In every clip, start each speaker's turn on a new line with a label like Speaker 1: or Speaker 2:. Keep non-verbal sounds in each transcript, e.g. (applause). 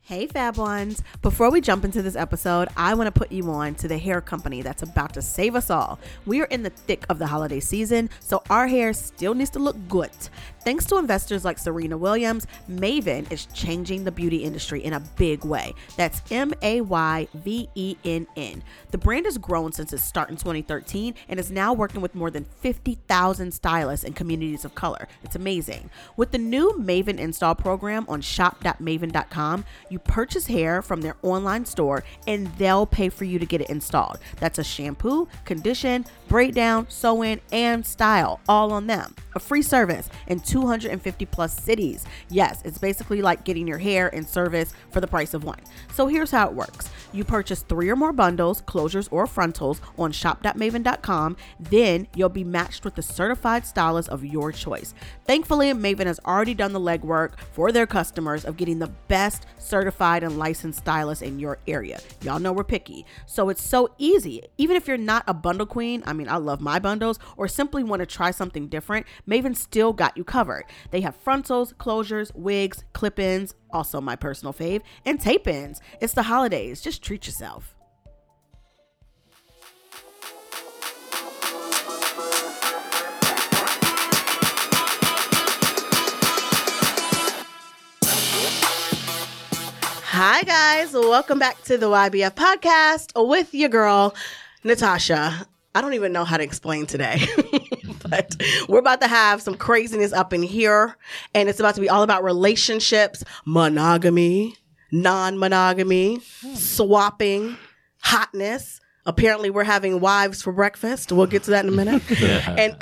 Speaker 1: Hey, Fab Ones. Before we jump into this episode, I want to put you on to the hair company that's about to save us all. We are in the thick of the holiday season, so our hair still needs to look good. Thanks to investors like Serena Williams, Maven is changing the beauty industry in a big way. That's M A Y V E N N. The brand has grown since its start in 2013 and is now working with more than 50,000 stylists in communities of color. It's amazing. With the new Maven install program on shop.maven.com, you purchase hair from their online store and they'll pay for you to get it installed. That's a shampoo, condition, braid down, sew in, and style all on them. A free service in 250 plus cities. Yes, it's basically like getting your hair in service for the price of one. So here's how it works you purchase three or more bundles, closures, or frontals on shop.maven.com. Then you'll be matched with a certified stylist of your choice. Thankfully, Maven has already done the legwork for their customers of getting the best certified and licensed stylist in your area. Y'all know we're picky. So it's so easy. Even if you're not a bundle queen, I mean, I love my bundles, or simply want to try something different, Maven still got you covered. They have frontals, closures, wigs, clip ins, also my personal fave, and tape ins. It's the holidays. Just treat yourself. Hi, guys. Welcome back to the YBF podcast with your girl, Natasha. I don't even know how to explain today, (laughs) but we're about to have some craziness up in here, and it's about to be all about relationships, monogamy, non monogamy, swapping, hotness. Apparently, we're having wives for breakfast. We'll get to that in a minute. And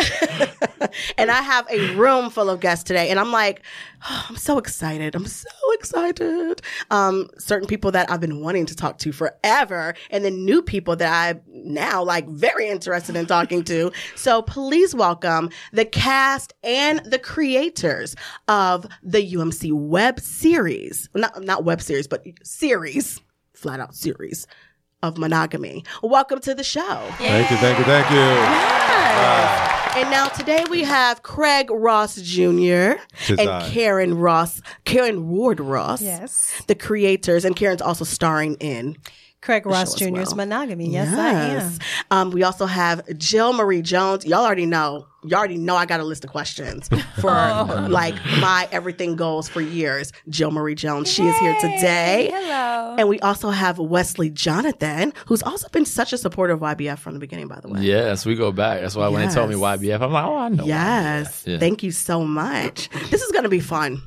Speaker 1: and I have a room full of guests today, and I'm like, oh, I'm so excited. I'm so excited. Um, certain people that I've been wanting to talk to forever, and then new people that I'm now like very interested in talking to. So please welcome the cast and the creators of the UMC web series. Not not web series, but series, flat out series of monogamy. Welcome to the show.
Speaker 2: Thank you, thank you, thank you.
Speaker 1: And now today we have Craig Ross Jr.
Speaker 2: Tis
Speaker 1: and
Speaker 2: I.
Speaker 1: Karen Ross, Karen Ward Ross.
Speaker 3: Yes.
Speaker 1: The creators, and Karen's also starring in.
Speaker 3: Craig Ross
Speaker 1: show as
Speaker 3: Jr.'s
Speaker 1: well.
Speaker 3: monogamy. Yes, I am.
Speaker 1: Um, we also have Jill Marie Jones. Y'all already know. You all already know I got a list of questions for like my everything goals for years. Jill Marie Jones. She is here today.
Speaker 4: Hello.
Speaker 1: And we also have Wesley Jonathan, who's also been such a supporter of YBF from the beginning, by the way.
Speaker 5: Yes, we go back. That's why when they told me
Speaker 1: Yes.
Speaker 5: YBF, I'm like, oh, I know.
Speaker 1: Yes.
Speaker 5: Yeah.
Speaker 1: Thank you so much. This is going to be fun.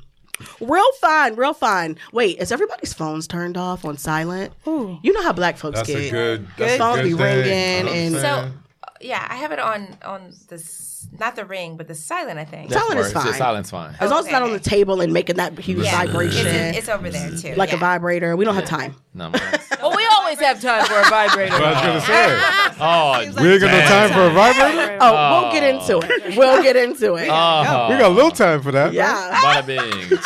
Speaker 1: Real fun, real fun. Wait, is everybody's phones turned off on silent? You know how black folks
Speaker 2: That's
Speaker 1: get.
Speaker 2: a good.
Speaker 1: Good.
Speaker 2: That's
Speaker 1: Phones
Speaker 2: a
Speaker 1: be
Speaker 2: good thing.
Speaker 1: ringing
Speaker 2: You know what
Speaker 1: and-
Speaker 2: I'm
Speaker 4: So, uh,
Speaker 2: saying?
Speaker 4: yeah, I have it on on this not the ring, but the silent. I think.
Speaker 1: Silent is
Speaker 5: Works.
Speaker 1: fine.
Speaker 5: Yeah, silent's fine.
Speaker 1: As long as it's not on the table and making that huge
Speaker 4: Yeah,
Speaker 1: vibration,
Speaker 4: It's, it's over there too.
Speaker 1: like
Speaker 4: yeah.
Speaker 1: a vibrator, we don't have time.
Speaker 5: No, mine's-
Speaker 4: Well, we always have time for a vibrator.
Speaker 2: But I was gonna say,
Speaker 5: oh,
Speaker 2: we ain't got no time for a vibrator.
Speaker 1: Oh, we'll get into it. We'll get into it.
Speaker 2: We
Speaker 5: oh,
Speaker 2: got a little time for that.
Speaker 1: yeah.
Speaker 5: bada bing.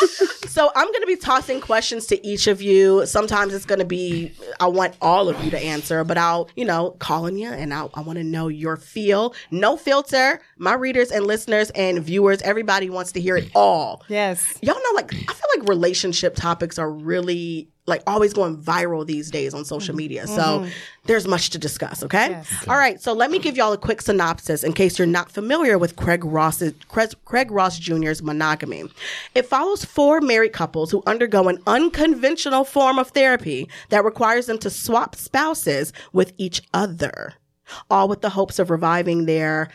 Speaker 1: So I'm going to be tossing questions to each of you. Sometimes it's going to be I want all of you to answer, but I'll you know call on you and I'll, I want to know your feel. No filter. My readers and listeners and viewers, everybody wants to hear it all.
Speaker 3: Yes.
Speaker 1: Y'all know, like I feel like relationship topics are really like always going viral these days on social media. So there's much to discuss. Okay?
Speaker 3: Mm-hmm. Yes.
Speaker 1: All right. So let me give y'all a quick synopsis in case you're not familiar with Craig Ross's Craig, Craig Ross Jr.'s monogamy. It follows four married couples who undergo an unconventional form of therapy that requires them to swap spouses with each other, all with the hopes of reviving their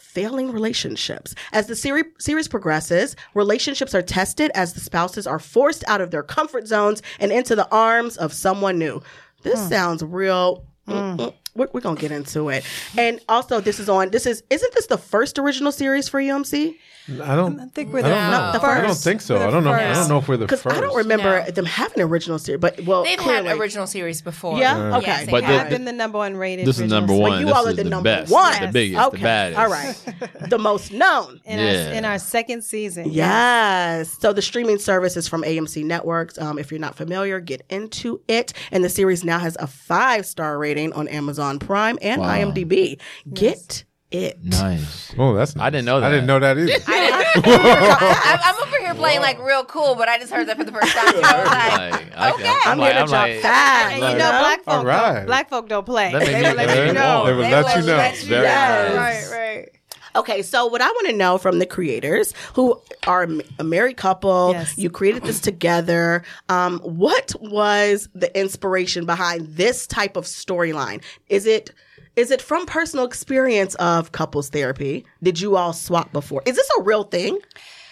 Speaker 1: failing relationships. As the seri- series progresses, relationships are tested as the spouses are forced out of their comfort zones and into the arms of someone new. This sounds real. Mm, We're, we're gonna get into it, and also this is on. This is isn't this the first original series for E UMC?
Speaker 2: I don't.
Speaker 3: I think we're
Speaker 2: I
Speaker 3: the,
Speaker 2: don't,
Speaker 1: not
Speaker 2: know.
Speaker 1: the
Speaker 2: I don't
Speaker 1: first.
Speaker 2: think so.
Speaker 3: We're the
Speaker 2: I don't know. I
Speaker 3: first.
Speaker 2: don't know if we're the
Speaker 1: Because
Speaker 2: first.
Speaker 1: I don't remember
Speaker 4: No.
Speaker 1: them having an original series, but well,
Speaker 4: They've
Speaker 1: clearly.
Speaker 4: had original series before.
Speaker 1: Yeah? Okay.
Speaker 4: Yes, they
Speaker 5: But
Speaker 4: have.
Speaker 3: I've been the number one rated.
Speaker 5: This is
Speaker 3: original
Speaker 5: number
Speaker 3: series.
Speaker 5: one.
Speaker 1: you
Speaker 5: this
Speaker 1: all
Speaker 5: is
Speaker 1: are the
Speaker 5: the
Speaker 1: number
Speaker 5: best,
Speaker 1: one.
Speaker 5: the biggest,
Speaker 1: okay.
Speaker 5: the baddest.
Speaker 1: All right, the most
Speaker 5: (laughs)
Speaker 1: known.
Speaker 3: In, our,
Speaker 5: Yeah.
Speaker 3: in our second season.
Speaker 1: Yes. So the streaming service is from AMC Networks. Um, if you're not familiar, get into it. And the series now has a five star rating on Amazon Prime and IMDb. Get
Speaker 6: it.
Speaker 5: Nice.
Speaker 2: Oh, that's.
Speaker 5: I didn't know
Speaker 2: I didn't
Speaker 5: that.
Speaker 2: know that either.
Speaker 1: (laughs)
Speaker 4: I, (laughs) I'm over here playing like real cool, but I just heard that for the first time. So I was like,
Speaker 5: Like, I,
Speaker 4: Okay.
Speaker 5: I'm,
Speaker 4: I'm
Speaker 5: like,
Speaker 4: gonna
Speaker 5: I'm
Speaker 4: drop
Speaker 5: like,
Speaker 6: Facts.
Speaker 3: And
Speaker 5: Right.
Speaker 3: you know, black folk,
Speaker 2: All right.
Speaker 3: don't, black folk don't play.
Speaker 5: That made
Speaker 3: They
Speaker 5: me-
Speaker 3: will
Speaker 5: that
Speaker 3: let
Speaker 5: made
Speaker 3: you
Speaker 5: me
Speaker 3: know.
Speaker 2: They will let you
Speaker 4: will
Speaker 2: know.
Speaker 4: let you
Speaker 5: Very
Speaker 4: know.
Speaker 5: nice.
Speaker 3: Right, right.
Speaker 1: Okay, so what I want to know from the creators who are a m- a married couple,
Speaker 3: Yes.
Speaker 1: you created this together. Um, what was the inspiration behind this type of storyline? Is it is it from personal experience of couples therapy? Did you all swap before? Is this a real thing?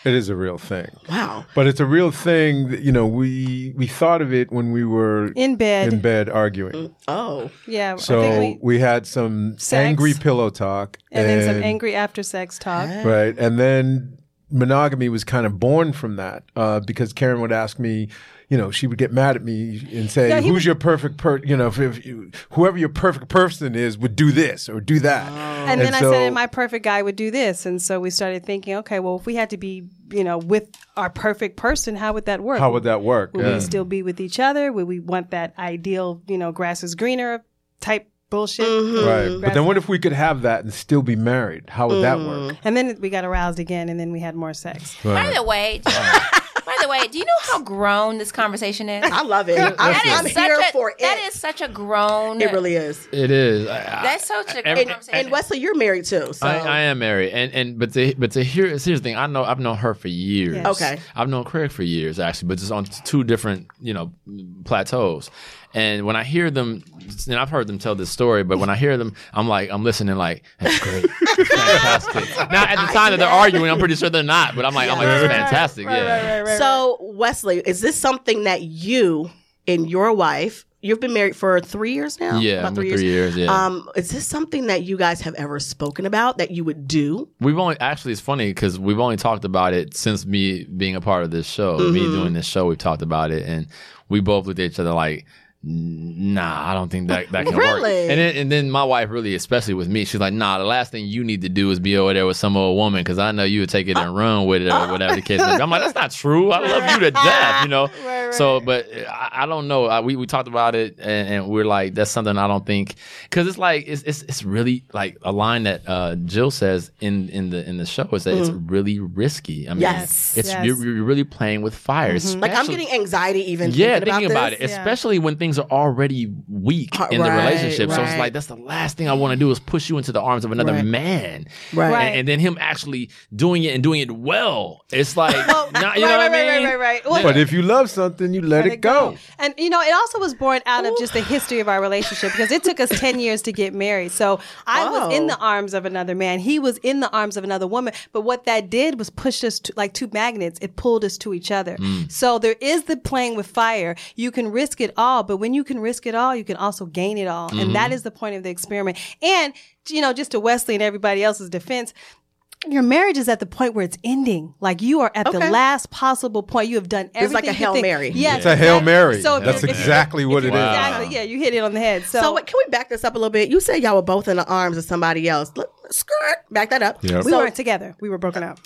Speaker 2: It is a real thing.
Speaker 1: Wow.
Speaker 2: But it's a real thing. That, you know, we we thought of it when we were
Speaker 3: In bed.
Speaker 2: in bed arguing.
Speaker 1: Oh,
Speaker 3: Yeah. I
Speaker 2: So we,
Speaker 3: think we,
Speaker 2: had some
Speaker 3: Sex.
Speaker 2: angry pillow talk,
Speaker 3: and then some angry after sex talk.
Speaker 2: right, and then monogamy was kind of born from that uh, because Karen would ask me. You know, she would get mad at me and say,
Speaker 3: Yeah, he
Speaker 2: "Who's
Speaker 3: would-
Speaker 2: your perfect per? You know, if, if you, whoever your perfect person is would do this or do that."
Speaker 3: And, then I
Speaker 2: so-
Speaker 3: said, and my perfect guy would do this. And so we started thinking, okay, well, if we had to be, you know, with our perfect person, how would that work?
Speaker 2: "How would that work?"
Speaker 3: Would
Speaker 2: Yeah.
Speaker 3: we still be with each other? Would we want that ideal, you know, grass is greener type bullshit?
Speaker 5: Mm-hmm.
Speaker 2: Right. But
Speaker 3: Grass-
Speaker 2: then what if we could have that and still be married? How would that work?
Speaker 3: and then we got aroused again, and then we had more sex.
Speaker 4: By the way, do you- (laughs) by the way, do you know how grown this conversation is?
Speaker 1: I love it. I'm,
Speaker 4: That is
Speaker 1: I'm here
Speaker 4: such a,
Speaker 1: for it.
Speaker 4: That is such a grown.
Speaker 1: it really is.
Speaker 5: it is. I, I,
Speaker 4: That's such a
Speaker 5: Every-
Speaker 4: great conversation.
Speaker 1: And Wesley, you're married too. So
Speaker 5: I, I am married, and and but to but to hear here's the thing. I know I've known her for years.
Speaker 3: Yes.
Speaker 1: Okay.
Speaker 5: I've known Craig for years actually, but just on two different you know plateaus. And when I hear them, and I've heard them tell this story, but when I hear them, I'm like I'm listening like that's great, that's fantastic. Now at the time that they're arguing, I'm pretty sure they're not, but I'm like I'm like that's fantastic. yeah.
Speaker 1: So, Wesley, is this something that you and your wife, you've been married for three years now?
Speaker 5: Yeah,
Speaker 1: About
Speaker 5: I'm with three years, yeah.
Speaker 1: Um, is this something that you guys have ever spoken about that you would do?
Speaker 5: We've only actually it's funny because we've only talked about it since me being a part of this show, me doing this show. We've talked about it, and we both looked at each other like, "N- "Nah, I don't think that that can work."
Speaker 1: Really?
Speaker 5: And then, and then my wife, really, especially with me, she's like, "Nah, the last thing you need to do is be over there with some old woman because I know you would take it and run with it or whatever the case." May be. I'm like, "That's not true. I love you to death," you know. So, but uh, I, I don't know. I, we we talked about it, and, and we're like, "That's something I don't think." Because it's like it's, it's it's really like a line that uh, Jill says in in the in the show is that it's really risky. I mean,
Speaker 1: Yes. Mm-hmm.
Speaker 5: it's
Speaker 3: Yes.
Speaker 5: You're, you're really playing with fire.
Speaker 1: Like, I'm
Speaker 5: especially-
Speaker 1: getting anxiety even
Speaker 5: yeah,
Speaker 1: thinking,
Speaker 5: thinking about,
Speaker 1: this.
Speaker 5: it, especially when things are already weak
Speaker 1: Uh,
Speaker 5: in the
Speaker 1: right,
Speaker 5: relationship. So it's
Speaker 1: right.
Speaker 5: like that's the last thing I want to do is push you into the arms of another
Speaker 1: Right.
Speaker 5: man,
Speaker 1: Right.
Speaker 5: And-
Speaker 3: Right.
Speaker 5: And, then him actually doing it and doing it well. It's like,
Speaker 1: (laughs)
Speaker 5: not,
Speaker 3: right,
Speaker 5: you know
Speaker 3: right,
Speaker 5: what I
Speaker 3: right, right,
Speaker 5: mean?
Speaker 3: right, right. Well,
Speaker 2: But if you love something, you let, it go.
Speaker 3: And you know, it also was born out of just the history of our relationship because
Speaker 1: (laughs)
Speaker 3: it took us ten years to get married. So I was in the arms of another man. He was in the arms of another woman. But what that did was push us to like two magnets. It pulled us to each other.
Speaker 1: Mm.
Speaker 3: So there is the playing with fire. You can risk it all, but when you can risk it all, you can also gain it all. And
Speaker 1: Mm-hmm.
Speaker 3: that is the point of the experiment. And you know, just to Wesley and everybody else's defense, your marriage is at the point where it's ending. Like you are at the last possible point. You have done everything.
Speaker 1: like a
Speaker 3: you
Speaker 1: Hail
Speaker 3: think-
Speaker 1: Mary.
Speaker 3: Yes,
Speaker 2: It's a Hail
Speaker 3: exactly.
Speaker 2: Mary.
Speaker 3: So
Speaker 2: That's
Speaker 3: if you're- if you're-
Speaker 2: exactly what it is.
Speaker 3: Exactly. Yeah, you hit it on the head. So,
Speaker 1: So, wait, can we back this up a little bit? You said y'all were both in the arms of somebody else. Look, skirt, back that up.
Speaker 2: Yep.
Speaker 3: we
Speaker 1: So-
Speaker 3: weren't together. We were broken up.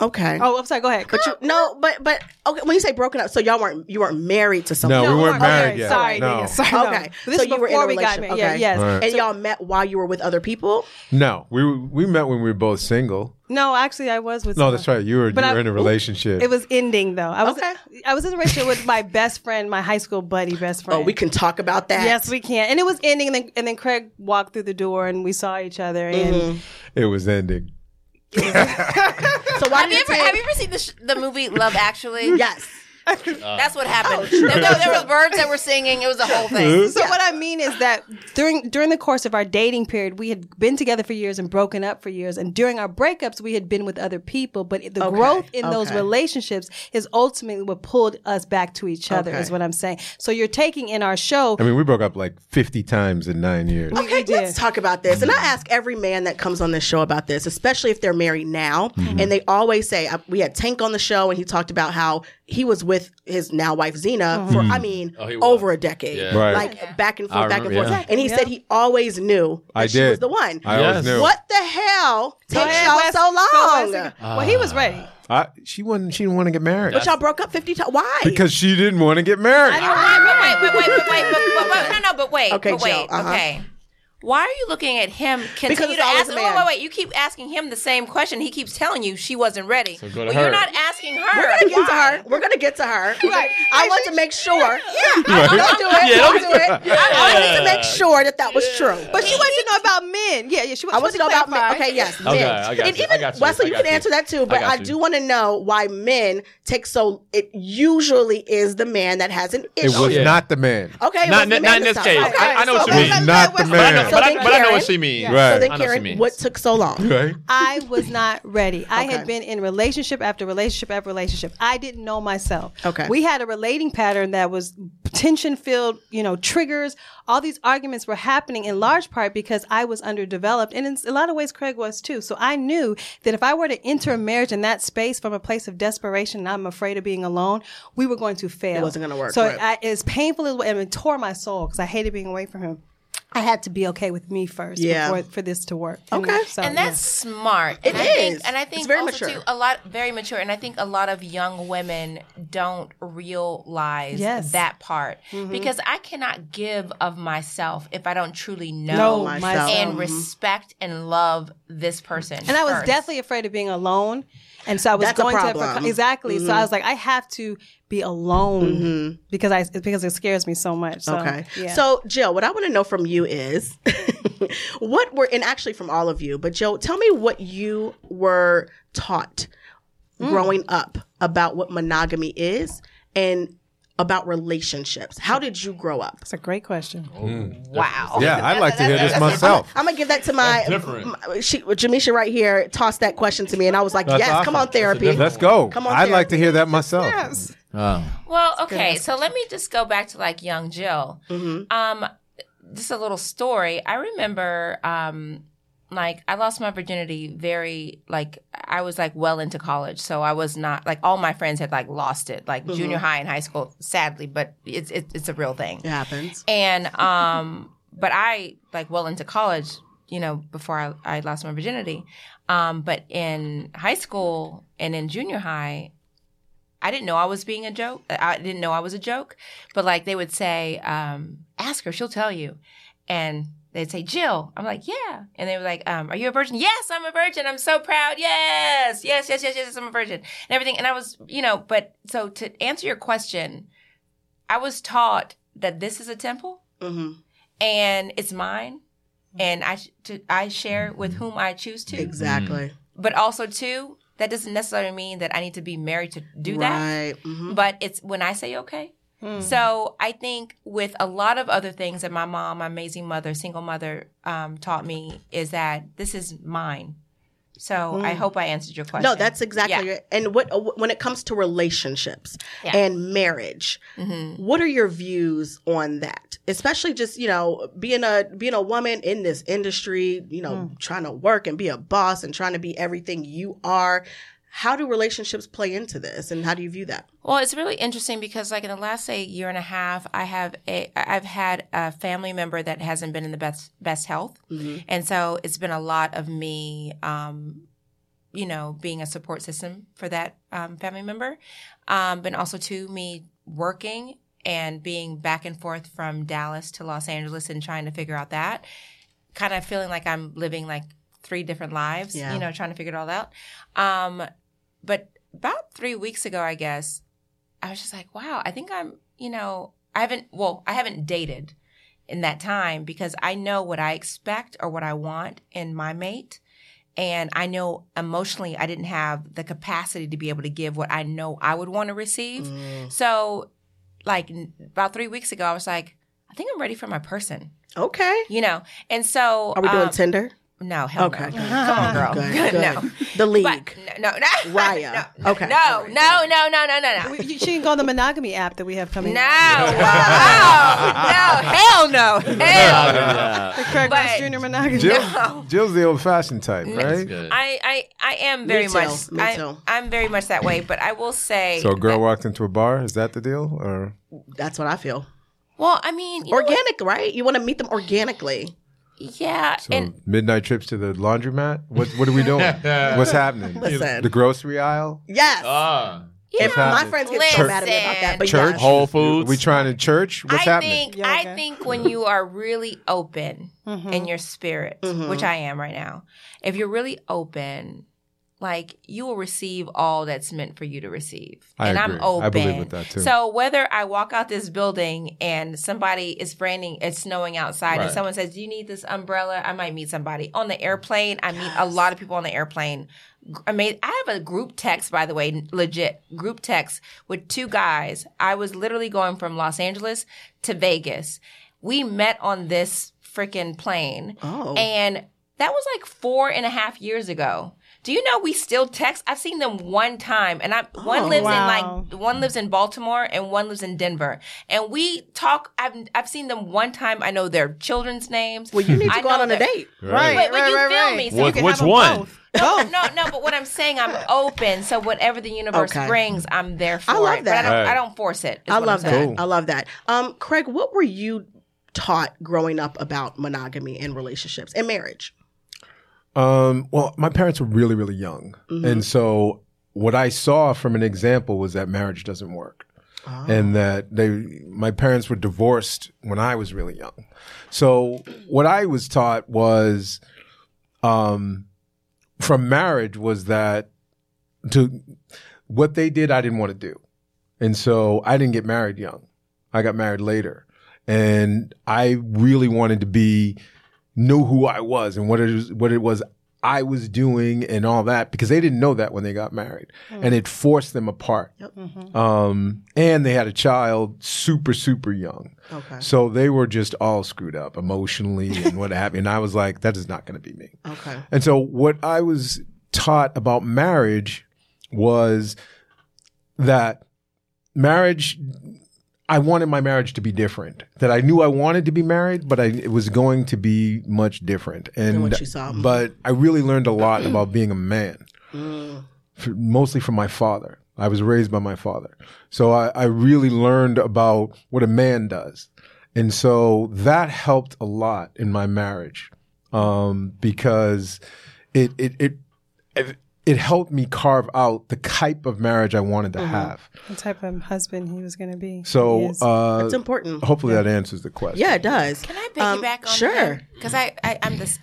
Speaker 1: Okay.
Speaker 3: Oh, I'm sorry. Go ahead.
Speaker 1: But you, no, but but okay. When you say broken up, so y'all weren't you weren't married to someone.
Speaker 2: No, we weren't
Speaker 3: Okay,
Speaker 2: married yet.
Speaker 3: Sorry.
Speaker 2: no.
Speaker 3: yeah, (laughs) sorry, no.
Speaker 1: Okay.
Speaker 3: This
Speaker 1: So
Speaker 3: is
Speaker 1: you were in a
Speaker 3: before we got married.
Speaker 1: relationship.
Speaker 3: Yeah,
Speaker 1: Okay.
Speaker 3: yes.
Speaker 2: All right.
Speaker 1: And y'all met while you were with other people.
Speaker 2: No, we we met when we were both single.
Speaker 3: No, actually, I was with.
Speaker 2: No,
Speaker 3: someone.
Speaker 2: that's right. You were
Speaker 3: But
Speaker 2: you
Speaker 3: I-
Speaker 2: were in a relationship.
Speaker 3: It was ending though. I was
Speaker 1: Okay.
Speaker 3: I was in a relationship with my best friend, my high school buddy, best friend.
Speaker 1: Oh, we can talk about that.
Speaker 3: Yes, we can. And it was ending, and then and then Craig walked through the door, and we saw each other, and
Speaker 2: It was ending.
Speaker 1: So why
Speaker 4: have
Speaker 1: did
Speaker 4: you
Speaker 1: it
Speaker 4: ever
Speaker 1: take-
Speaker 4: have you ever seen the, sh- the movie Love
Speaker 1: (laughs)
Speaker 4: Actually? (laughs)
Speaker 1: Yes. Oh.
Speaker 4: That's what happened. there, no, there were birds that were singing. It was a whole thing.
Speaker 3: So what I mean is that during during the course of our dating period, we had been together for years and broken up for years, and during our breakups, we had been with other people. But the growth in those
Speaker 1: okay.
Speaker 3: relationships is ultimately what pulled us back to each other. Is
Speaker 1: Okay.
Speaker 3: what I'm saying. So you're taking in our show.
Speaker 2: I mean, we broke up like 50 times in 9 years.
Speaker 1: Okay,
Speaker 3: did.
Speaker 1: let's talk about this. And I ask every man that comes on this show about this, especially if they're married now. And they always say, I- we had Tank on the show, and he talked about how he was with his now wife, Zena, for, I mean,
Speaker 5: Oh, he was.
Speaker 1: over a decade.
Speaker 5: Yeah.
Speaker 2: Right.
Speaker 1: Like back and forth,
Speaker 5: I
Speaker 1: back and
Speaker 5: remember,
Speaker 1: forth.
Speaker 5: yeah.
Speaker 1: And he said he always knew that
Speaker 2: I
Speaker 1: she
Speaker 2: did.
Speaker 1: was the one.
Speaker 2: I always
Speaker 5: Yes.
Speaker 2: knew.
Speaker 1: what the hell
Speaker 3: Go
Speaker 1: takes
Speaker 3: ahead,
Speaker 1: y'all
Speaker 3: Wes-
Speaker 1: so
Speaker 3: go,
Speaker 1: long? Ah.
Speaker 3: Wes. well, he was ready.
Speaker 2: I, she wasn't she didn't want to get married.
Speaker 1: but y'all broke up 50 times. Why?
Speaker 2: because she didn't want to get married.
Speaker 4: Wait, wait, wait, wait, wait, wait, wait, wait, wait, no, no, but wait,
Speaker 1: Okay,
Speaker 4: but wait,
Speaker 1: Jill, uh-huh.
Speaker 4: okay. Why are you looking at him? Continue
Speaker 1: Because it's
Speaker 4: to
Speaker 1: always
Speaker 4: ask.
Speaker 1: a
Speaker 4: Wait,
Speaker 1: man.
Speaker 4: wait, wait! You keep asking him the same question. He keeps telling you she wasn't ready.
Speaker 5: So go to
Speaker 4: well,
Speaker 5: her.
Speaker 4: you're not asking her.
Speaker 1: We're gonna get to
Speaker 4: Why?
Speaker 1: her. We're gonna get to her. I want to make sure. Yeah, I'm gonna do
Speaker 5: (laughs) Yeah,
Speaker 1: it. I'll
Speaker 5: don't
Speaker 1: do it. I wanted to make sure that that was true.
Speaker 3: But she wants to know about men. Yeah, yeah. She wants,
Speaker 1: I want to know about men.
Speaker 3: clarify.
Speaker 1: Okay, yes,
Speaker 5: Okay,
Speaker 1: men.
Speaker 5: I got
Speaker 1: and
Speaker 5: you. I
Speaker 1: even
Speaker 5: got you.
Speaker 1: Wesley,
Speaker 5: I
Speaker 1: you
Speaker 5: got
Speaker 1: can
Speaker 5: you.
Speaker 1: answer that too. But
Speaker 5: got
Speaker 1: I,
Speaker 5: you.
Speaker 1: do want to know why men take so. It usually is the man that has an
Speaker 2: It
Speaker 1: issue.
Speaker 2: was
Speaker 5: yeah.
Speaker 2: not the man.
Speaker 1: Okay, it
Speaker 5: Not-
Speaker 1: was the
Speaker 5: not
Speaker 1: man
Speaker 5: in
Speaker 1: this
Speaker 5: this
Speaker 1: time.
Speaker 5: case.
Speaker 1: Okay,
Speaker 5: I- I know what
Speaker 1: so
Speaker 5: you mean.
Speaker 3: Let- let
Speaker 2: Not the
Speaker 3: Wesley-
Speaker 2: man.
Speaker 5: But I know, but, I,
Speaker 1: then
Speaker 5: but I know
Speaker 1: Karen-
Speaker 5: what she means.
Speaker 1: So
Speaker 2: Right.
Speaker 1: then,
Speaker 5: I know what she
Speaker 1: Karen,
Speaker 5: means.
Speaker 1: what took so
Speaker 5: (laughs)
Speaker 1: long?
Speaker 2: Right.
Speaker 3: I was not ready. I
Speaker 1: Okay.
Speaker 3: had been in relationship after relationship after relationship. I didn't know myself.
Speaker 1: Okay.
Speaker 3: We had a relating pattern that was tension filled, you know, triggers. All these arguments were happening in large part because I was underdeveloped. And in a lot of ways, Craig was too. So I knew that if I were to enter a marriage in that space from a place of desperation and I'm afraid of being alone, we were going to fail. It
Speaker 1: wasn't gonna work,
Speaker 3: So
Speaker 1: right.
Speaker 3: I, as painful as it, it tore my soul because I hated being away from him. I had to be okay with me first
Speaker 1: Yeah.
Speaker 3: before, for this to work.
Speaker 1: Okay.
Speaker 3: so,
Speaker 4: and
Speaker 3: yeah.
Speaker 4: that's smart.
Speaker 1: Oh, It
Speaker 4: and I think,
Speaker 1: is.
Speaker 4: and I
Speaker 1: It's
Speaker 4: think
Speaker 1: very
Speaker 4: also
Speaker 1: mature.
Speaker 4: too, a lot very mature. And I think a lot of young women don't realize
Speaker 3: Yes.
Speaker 4: that part
Speaker 1: Mm-hmm.
Speaker 4: because I cannot give of myself if I don't truly know,
Speaker 3: No,
Speaker 1: myself.
Speaker 3: myself.
Speaker 4: and respect and love this person.
Speaker 3: Mm-hmm. And I was
Speaker 4: first.
Speaker 3: definitely afraid of being alone. And so I was
Speaker 1: That's a
Speaker 3: going to
Speaker 1: problem. Mm-hmm.
Speaker 3: exactly. So I was like, I have to be alone because I because it scares me so much. So,
Speaker 1: Okay.
Speaker 3: yeah.
Speaker 1: So, Jill, what I want to know from you is (laughs) what were, and actually from all of you, but Jill, tell me what you were taught growing up about what monogamy is and about relationships. How did you grow up?
Speaker 3: it's a great question.
Speaker 1: Oh.
Speaker 4: wow.
Speaker 2: Yeah, I'd like to hear this myself.
Speaker 1: I'm gonna give that to my,
Speaker 5: different.
Speaker 1: my- she, Jamisha right here tossed that question to me, and I was like, "Yes,
Speaker 2: awesome.
Speaker 1: come on, therapy."
Speaker 2: Let's go.
Speaker 1: Come on,
Speaker 2: I'd like to hear that myself.
Speaker 4: Well, okay, so let me just go back to like young Jill.
Speaker 3: Mm-hmm.
Speaker 4: Um, just a little story. I remember, um, like I lost my virginity very like I was like well into college, so I was not like all my friends had like lost it, like
Speaker 3: Mm-hmm.
Speaker 4: junior high and high school, sadly, but it's it, it's a real thing.
Speaker 1: It happens.
Speaker 4: And um, but I like well into college, you know, before I, I lost my virginity. Um, but in high school and in junior high, I didn't know I was being a joke. I didn't know I was a joke. But like they would say, um, ask her, she'll tell you. And they'd say, Jill. I'm like, yeah. And they were like, um, are you a virgin? Yes, I'm a virgin. I'm so proud. Yes, yes, yes, yes, yes, I'm a virgin. And everything. And I was, you know, but so to answer your question, I was taught that this is a temple
Speaker 1: hmm
Speaker 4: and it's mine and I sh- to, I share with whom I choose to.
Speaker 1: Exactly.
Speaker 4: But also too, that doesn't necessarily mean that I need to be married to do Mm. that.
Speaker 1: Right. hmm
Speaker 4: But it's when I say okay. So I think with a lot of other things that my mom, my amazing mother, single mother, um, taught me is that this is mine. So I hope I answered your question.
Speaker 1: Hmm. No, that's exactly
Speaker 4: Yeah.
Speaker 1: it. And what uh, when it comes to relationships
Speaker 4: Yeah. Mm-hmm.
Speaker 1: and marriage, what are your views on that? Especially just you know being a being a woman in this industry, you know,
Speaker 4: Mm.
Speaker 1: trying to work and be a boss and trying to be everything you are. How do relationships play into this, and how do you view that?
Speaker 4: Well, it's really interesting because, like in the last say year and a half, I have a I've had a family member that hasn't been in the best best health, and so it's been a lot of me, um, you know, being a support system for that um, family member, um, but also to me working and being back and forth from Dallas to Los Angeles and trying to figure out that kind of feeling like I'm living like three different lives,
Speaker 1: Yeah.
Speaker 4: you know, trying to figure it all out. Um, but about three weeks ago, I guess, I was just like, wow, I think I'm, you know, I haven't, well, I haven't dated in that time because I know what I expect or what I want in my mate. And I know emotionally I didn't have the capacity to be able to give what I know I would want to receive.
Speaker 1: Mm-hmm.
Speaker 4: So, like, n- about three weeks ago, I was like, I think I'm ready for my person,
Speaker 1: Okay,
Speaker 4: you know? And so.
Speaker 1: are we doing
Speaker 4: um,
Speaker 1: Tinder?
Speaker 4: No, hell
Speaker 1: Okay,
Speaker 4: no.
Speaker 1: good.
Speaker 4: Come on, girl.
Speaker 1: Good,
Speaker 4: Good,
Speaker 1: good.
Speaker 4: No.
Speaker 1: The league.
Speaker 4: (laughs) But, no, no, no.
Speaker 1: Raya.
Speaker 4: (laughs) No,
Speaker 1: Okay.
Speaker 4: No, no, no, no, no, no, no.
Speaker 3: We- you- she can go on the monogamy app that we have coming.
Speaker 4: No,
Speaker 2: (laughs)
Speaker 4: wow.
Speaker 1: (laughs)
Speaker 4: no, hell no, hell.
Speaker 5: Yeah.
Speaker 3: The Craig
Speaker 4: But-
Speaker 3: Ross Jr. monogamy.
Speaker 2: Jill,
Speaker 4: No.
Speaker 2: Jill's the old fashioned type,
Speaker 5: That's
Speaker 2: right?
Speaker 5: good. (laughs)
Speaker 4: I, I, I am very
Speaker 1: too,
Speaker 4: much.
Speaker 1: me
Speaker 4: I,
Speaker 1: too.
Speaker 4: I'm very much that way, but I will say.
Speaker 2: So a girl walked into a bar. Is that the deal? Or
Speaker 1: That's what I feel.
Speaker 4: well, I mean, you know what?
Speaker 1: Organic, right? You want to meet them organically.
Speaker 4: yeah,
Speaker 2: so
Speaker 4: and
Speaker 2: midnight trips to
Speaker 1: (laughs)
Speaker 2: the laundromat? What What are we doing? What's happening?
Speaker 1: Listen.
Speaker 2: The grocery aisle?
Speaker 1: Yes.
Speaker 5: Ah.
Speaker 1: If
Speaker 2: know,
Speaker 1: my friends get so
Speaker 4: Listen.
Speaker 1: mad at me about that, but
Speaker 2: Church,
Speaker 1: Oh, yeah.
Speaker 5: Whole Foods.
Speaker 2: We trying to church. What's
Speaker 4: I
Speaker 2: happening?
Speaker 4: think
Speaker 3: Yeah, okay.
Speaker 4: I think when you are really open
Speaker 3: Mm-hmm.
Speaker 1: Mm-hmm.
Speaker 4: in your spirit, which I am right now, if you're really open, like you will receive all that's meant for you to receive.
Speaker 2: I
Speaker 4: and I'm
Speaker 2: agree.
Speaker 4: open.
Speaker 2: I believe with that, too.
Speaker 4: So whether I walk out this building and somebody is branding it's snowing outside
Speaker 5: Right.
Speaker 4: and someone says, Do you need this umbrella? I might meet somebody. On the airplane, I meet a lot of people on the airplane. I mean, I have a group text, by the way, legit group text with two guys. I was literally going from Los Angeles to Vegas. We met on this freaking plane.
Speaker 1: Oh.
Speaker 4: And that was like four and a half years ago. Do you know we still text? I've seen them one time, and I am one lives
Speaker 3: wow.
Speaker 4: in like one lives in Baltimore and one lives in Denver, and we talk. I've I've seen them one time. I know their children's names.
Speaker 1: Well, you need
Speaker 4: I
Speaker 1: to go
Speaker 4: know
Speaker 1: out on a
Speaker 4: their-
Speaker 1: date.
Speaker 4: But, but you feel me? So you
Speaker 5: What-
Speaker 4: can
Speaker 5: which
Speaker 4: have a
Speaker 5: one?
Speaker 4: both. No, no, no. But what I'm saying, I'm open. So whatever the universe
Speaker 1: Okay.
Speaker 4: brings, I'm there for.
Speaker 1: I love
Speaker 4: it.
Speaker 1: that.
Speaker 4: But I don't,
Speaker 2: Right.
Speaker 4: I don't force it. is
Speaker 1: I
Speaker 4: what I'm
Speaker 1: love that.
Speaker 4: saying.
Speaker 2: Cool.
Speaker 1: I love that. Um, Craig, what were you taught growing up about monogamy and relationships and marriage?
Speaker 2: Um, well, my parents were really, really young. And so what I saw from an example was that marriage doesn't work. Ah. And that they, my parents were divorced when I was really young. So what I was taught was, um, from marriage was that to what they did, I didn't want to do. And so I didn't get married young. I got married later. And I really wanted to be, know who I was and what it was, what it was I was doing and all that because they didn't know that when they got married. And it forced them apart. Um, and they had a child super, super young.
Speaker 1: Okay.
Speaker 2: So they were just all screwed up emotionally and what have you. And I was like, that is not going to be me.
Speaker 1: Okay.
Speaker 2: And so what I was taught about marriage was that marriage I wanted my marriage to be different. That I knew I wanted to be married, but I, it was going to be much different. And
Speaker 1: what you saw.
Speaker 2: but I really learned a lot about being a man,
Speaker 1: Mm.
Speaker 2: F mostly from my father. I was raised by my father, so I, I really learned about what a man does, and so that helped a lot in my marriage um, because it it it. it it helped me carve out the type of marriage I wanted
Speaker 1: Mm-hmm.
Speaker 2: to have.
Speaker 3: The type of husband he was going to be. (laughs)
Speaker 2: So
Speaker 3: Yes.
Speaker 2: uh,
Speaker 1: It's important.
Speaker 2: hopefully that answers the question.
Speaker 1: Yeah, it does.
Speaker 4: Can I piggyback on
Speaker 1: Um, Sure.
Speaker 4: Because I, I, I'm this.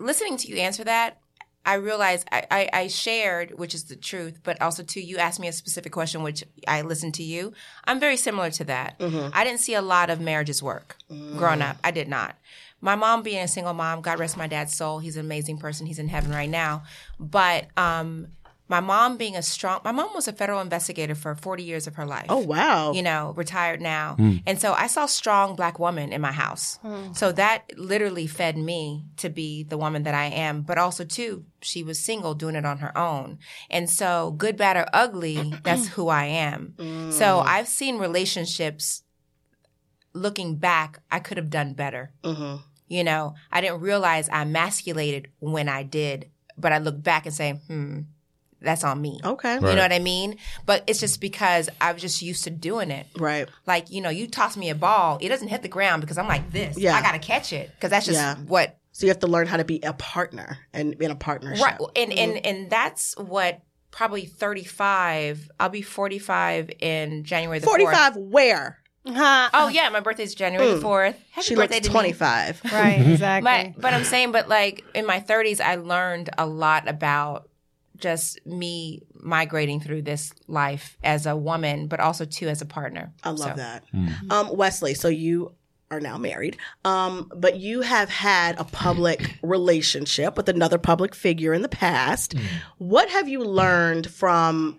Speaker 4: Listening to you answer that, I realized I, I, I shared, which is the truth, but also too, you asked me a specific question, which I listened to you. I'm very similar to that.
Speaker 1: Mm-hmm.
Speaker 4: I didn't see a lot of marriages work
Speaker 1: Mm.
Speaker 4: growing up. I did not. My mom being a single mom, God rest my dad's soul. He's an amazing person. He's in heaven right now. But um, my mom being a strong, my mom was a federal investigator for 40 years of her life
Speaker 1: Oh wow.
Speaker 4: you know, retired now. And so I saw strong black woman in my house. So that literally fed me to be the woman that I am. But also too, she was single doing it on her own. And so good, bad, or ugly, that's who I am.
Speaker 1: Mm,
Speaker 4: So I've seen relationships looking back, I could have done better.
Speaker 1: mm-hmm.
Speaker 4: You know, I didn't realize I emasculated when I did, but I look back and say, hmm, that's on me.
Speaker 1: okay.
Speaker 4: You know what I mean? But it's just because I was just used to doing it.
Speaker 1: Right.
Speaker 4: Like, you know, you toss me a ball, it doesn't hit the ground because I'm like this.
Speaker 1: Yeah.
Speaker 4: I got to catch it because that's just
Speaker 1: Yeah.
Speaker 4: what
Speaker 1: So you have to learn how to be a partner and in a partnership.
Speaker 4: Right. And
Speaker 1: Mm-hmm.
Speaker 4: and and that's what probably 35. I'll be 45 in January the 4th.
Speaker 1: Forty-five. Where?
Speaker 4: Oh yeah, my birthday's January the 4th. Happy
Speaker 1: She
Speaker 4: birthday
Speaker 1: looks
Speaker 4: to me.
Speaker 1: twenty-five.
Speaker 3: right,
Speaker 5: Mm-hmm.
Speaker 3: exactly.
Speaker 4: But but I'm saying, but like in my 30s, I learned a lot about just me migrating through this life as a woman, but also too as a partner.
Speaker 1: I love
Speaker 4: So-
Speaker 1: that. Um, Wesley, so you are now married, um, but you have had a public relationship with another public figure in the past. What have you learned from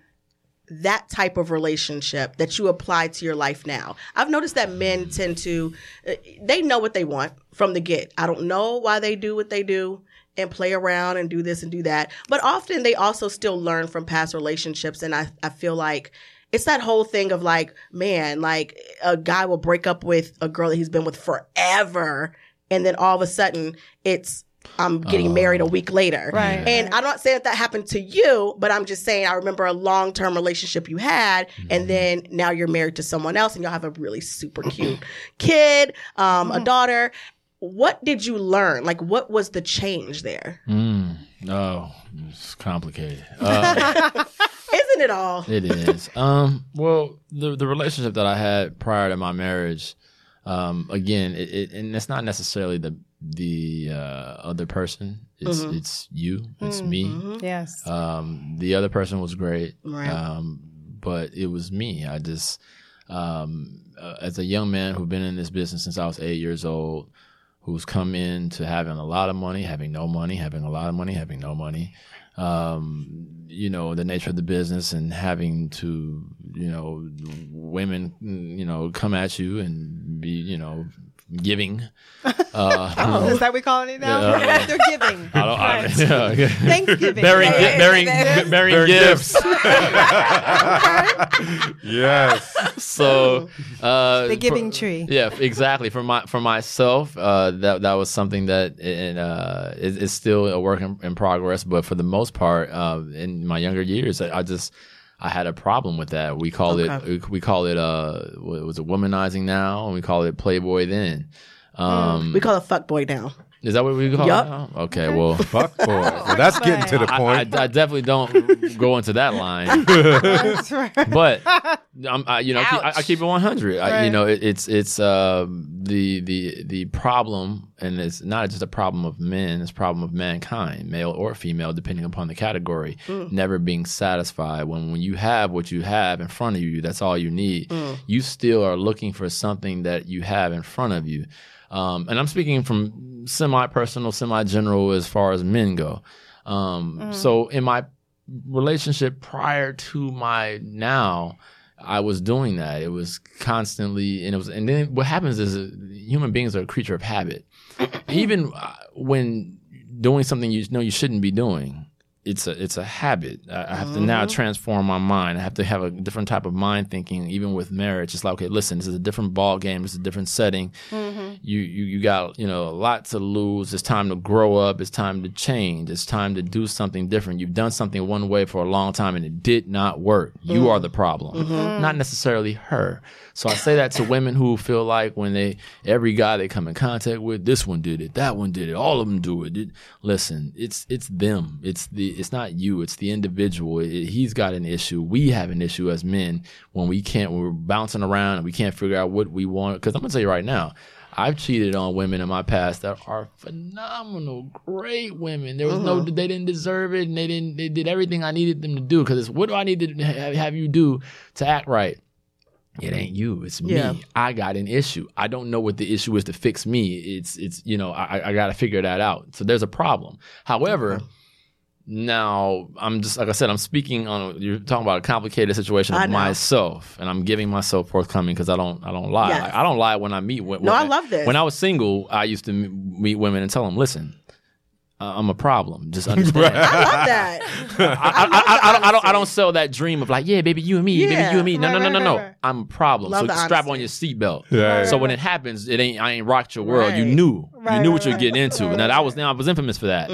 Speaker 1: that type of relationship that you apply to your life now? I've noticed that men tend to, uh, they know what they want from the get. I don't know why they do what they do and play around and do this and do that. But often they also still learn from past relationships. And I, I feel like it's that whole thing of like, man, like a guy will break up with a girl that he's been with forever. And then all of a sudden it's, I'm getting married a week later.
Speaker 3: Right.
Speaker 1: And I'm not saying that that happened to you, but I'm just saying I remember a long term relationship you had, and then now you're married to someone else, and y'all have a really super cute (clears throat) kid, um, a daughter. What did you learn? Like, what was the change there?
Speaker 5: Mm. Oh, it's complicated. Uh,
Speaker 1: Is isn't it all? (laughs)
Speaker 5: It is. um, well, the the relationship that I had prior to my marriage, um, again, it, it, and it's not necessarily the the uh, other person. It's
Speaker 1: Mm-hmm.
Speaker 5: it's you. It's me.
Speaker 3: Yes.
Speaker 5: Um, the other person was great,
Speaker 1: Right.
Speaker 5: um, but it was me. I just, um, uh, as a young man who've been in this business since I was eight years old, who's come in to having a lot of money, having no money, having a lot of money, having no money. Um, you know the nature of the business and having to, you know, women, you know, come at you and be, you know, giving. (laughs) Uh,
Speaker 3: Oh, Is that what we calling it now? (laughs)
Speaker 5: Yeah.
Speaker 3: They're giving.
Speaker 5: I don't, I, (laughs) yeah.
Speaker 3: Thanksgiving.
Speaker 5: Bearing,
Speaker 3: Right.
Speaker 5: bearing, bearing gifts.
Speaker 2: yes.
Speaker 5: so uh,
Speaker 3: The giving
Speaker 5: for-
Speaker 3: tree.
Speaker 5: Yeah, exactly. For my for myself, uh, that that was something that and uh, is, is still a work in, in progress. But for the most part, uh, in my younger years, I, I just I had a problem with that. We call it we, we call it uh what was it womanizing now, and we call it Playboy then. Um,
Speaker 1: We call it fuckboy now.
Speaker 5: is that what we call
Speaker 1: Yup.
Speaker 5: it? now? Okay, well.
Speaker 2: Fuck boy. Well, that's getting to the
Speaker 5: I, I, I
Speaker 2: point.
Speaker 5: definitely don't go into that line, but I'm, I, you know, I keep, I, I
Speaker 4: Ouch.
Speaker 5: keep it 100. I,
Speaker 3: Right.
Speaker 5: you know, it, it's it's uh, the the the problem, and it's not just a problem of men; it's a problem of mankind, male or female, depending upon the category. Never being satisfied when when you have what you have in front of you, that's all you need. You still are looking for something that you have in front of you. Um, and I'm speaking from semi-personal, semi-general as far as men go. Um, So in my relationship prior to my now, I was doing that. It was constantly, and it was, and then what happens is uh, human beings are a creature of habit. Even uh, when doing something you know you shouldn't be doing, it's a it's a habit. I, I have to now transform my mind. I have to have a different type of mind thinking, even with marriage. It's like, okay, listen, this is a different ball game. This is a different setting. You, you you got you know a lot to lose. It's time to grow up. It's time to change. It's time to do something different. You've done something one way for a long time and it did not work. You are the problem, not necessarily her. So I say that to women who feel like when they every guy they come in contact with, this one did it, that one did it, all of them do it. It- listen, it's it's them. It's the it's not you. It's the individual. It- he's got an issue. We have an issue as men when we can't when we're bouncing around and we can't figure out what we want. Because I'm gonna tell you right now. I've cheated on women in my past that are phenomenal, great women. There was no, they didn't deserve it, and they didn't. They did everything I needed them to do. Because what do I need to ha- have you do to act right? It ain't you. It's me.
Speaker 1: Yeah.
Speaker 5: I got an issue. I don't know what the issue is to fix me. It's it's you know I, I- I got to figure that out. So there's a problem. However. Now I'm just like I said. I'm speaking on. You're talking about a complicated situation
Speaker 1: I
Speaker 5: of
Speaker 1: know.
Speaker 5: myself, and I'm giving myself forthcoming because I don't. I don't lie.
Speaker 1: Yes.
Speaker 5: Like, I don't lie when I meet. When,
Speaker 1: No,
Speaker 5: when-
Speaker 1: I love this.
Speaker 5: When I was single, I used to m- meet women and tell them, "Listen, uh, I'm a
Speaker 1: (laughs)
Speaker 5: problem. Just understand."
Speaker 1: I love that.
Speaker 5: I, I, I, I, don't, I don't I don't sell that dream of like, yeah, baby, you and me,
Speaker 1: Yeah.
Speaker 5: baby, you and me. No,
Speaker 3: Right,
Speaker 5: no, no,
Speaker 3: right,
Speaker 5: no, no.
Speaker 3: right, right.
Speaker 5: I'm a problem.
Speaker 1: Love
Speaker 5: so
Speaker 1: the
Speaker 5: strap on your seatbelt.
Speaker 2: Yeah.
Speaker 5: So when it happens, it ain't I ain't rocked your world. You
Speaker 1: Right.
Speaker 5: knew.
Speaker 3: Right,
Speaker 5: you knew
Speaker 3: right,
Speaker 5: what you were
Speaker 3: right.
Speaker 5: getting into.
Speaker 3: Right,
Speaker 5: now that
Speaker 3: right,
Speaker 5: was now I was infamous for that.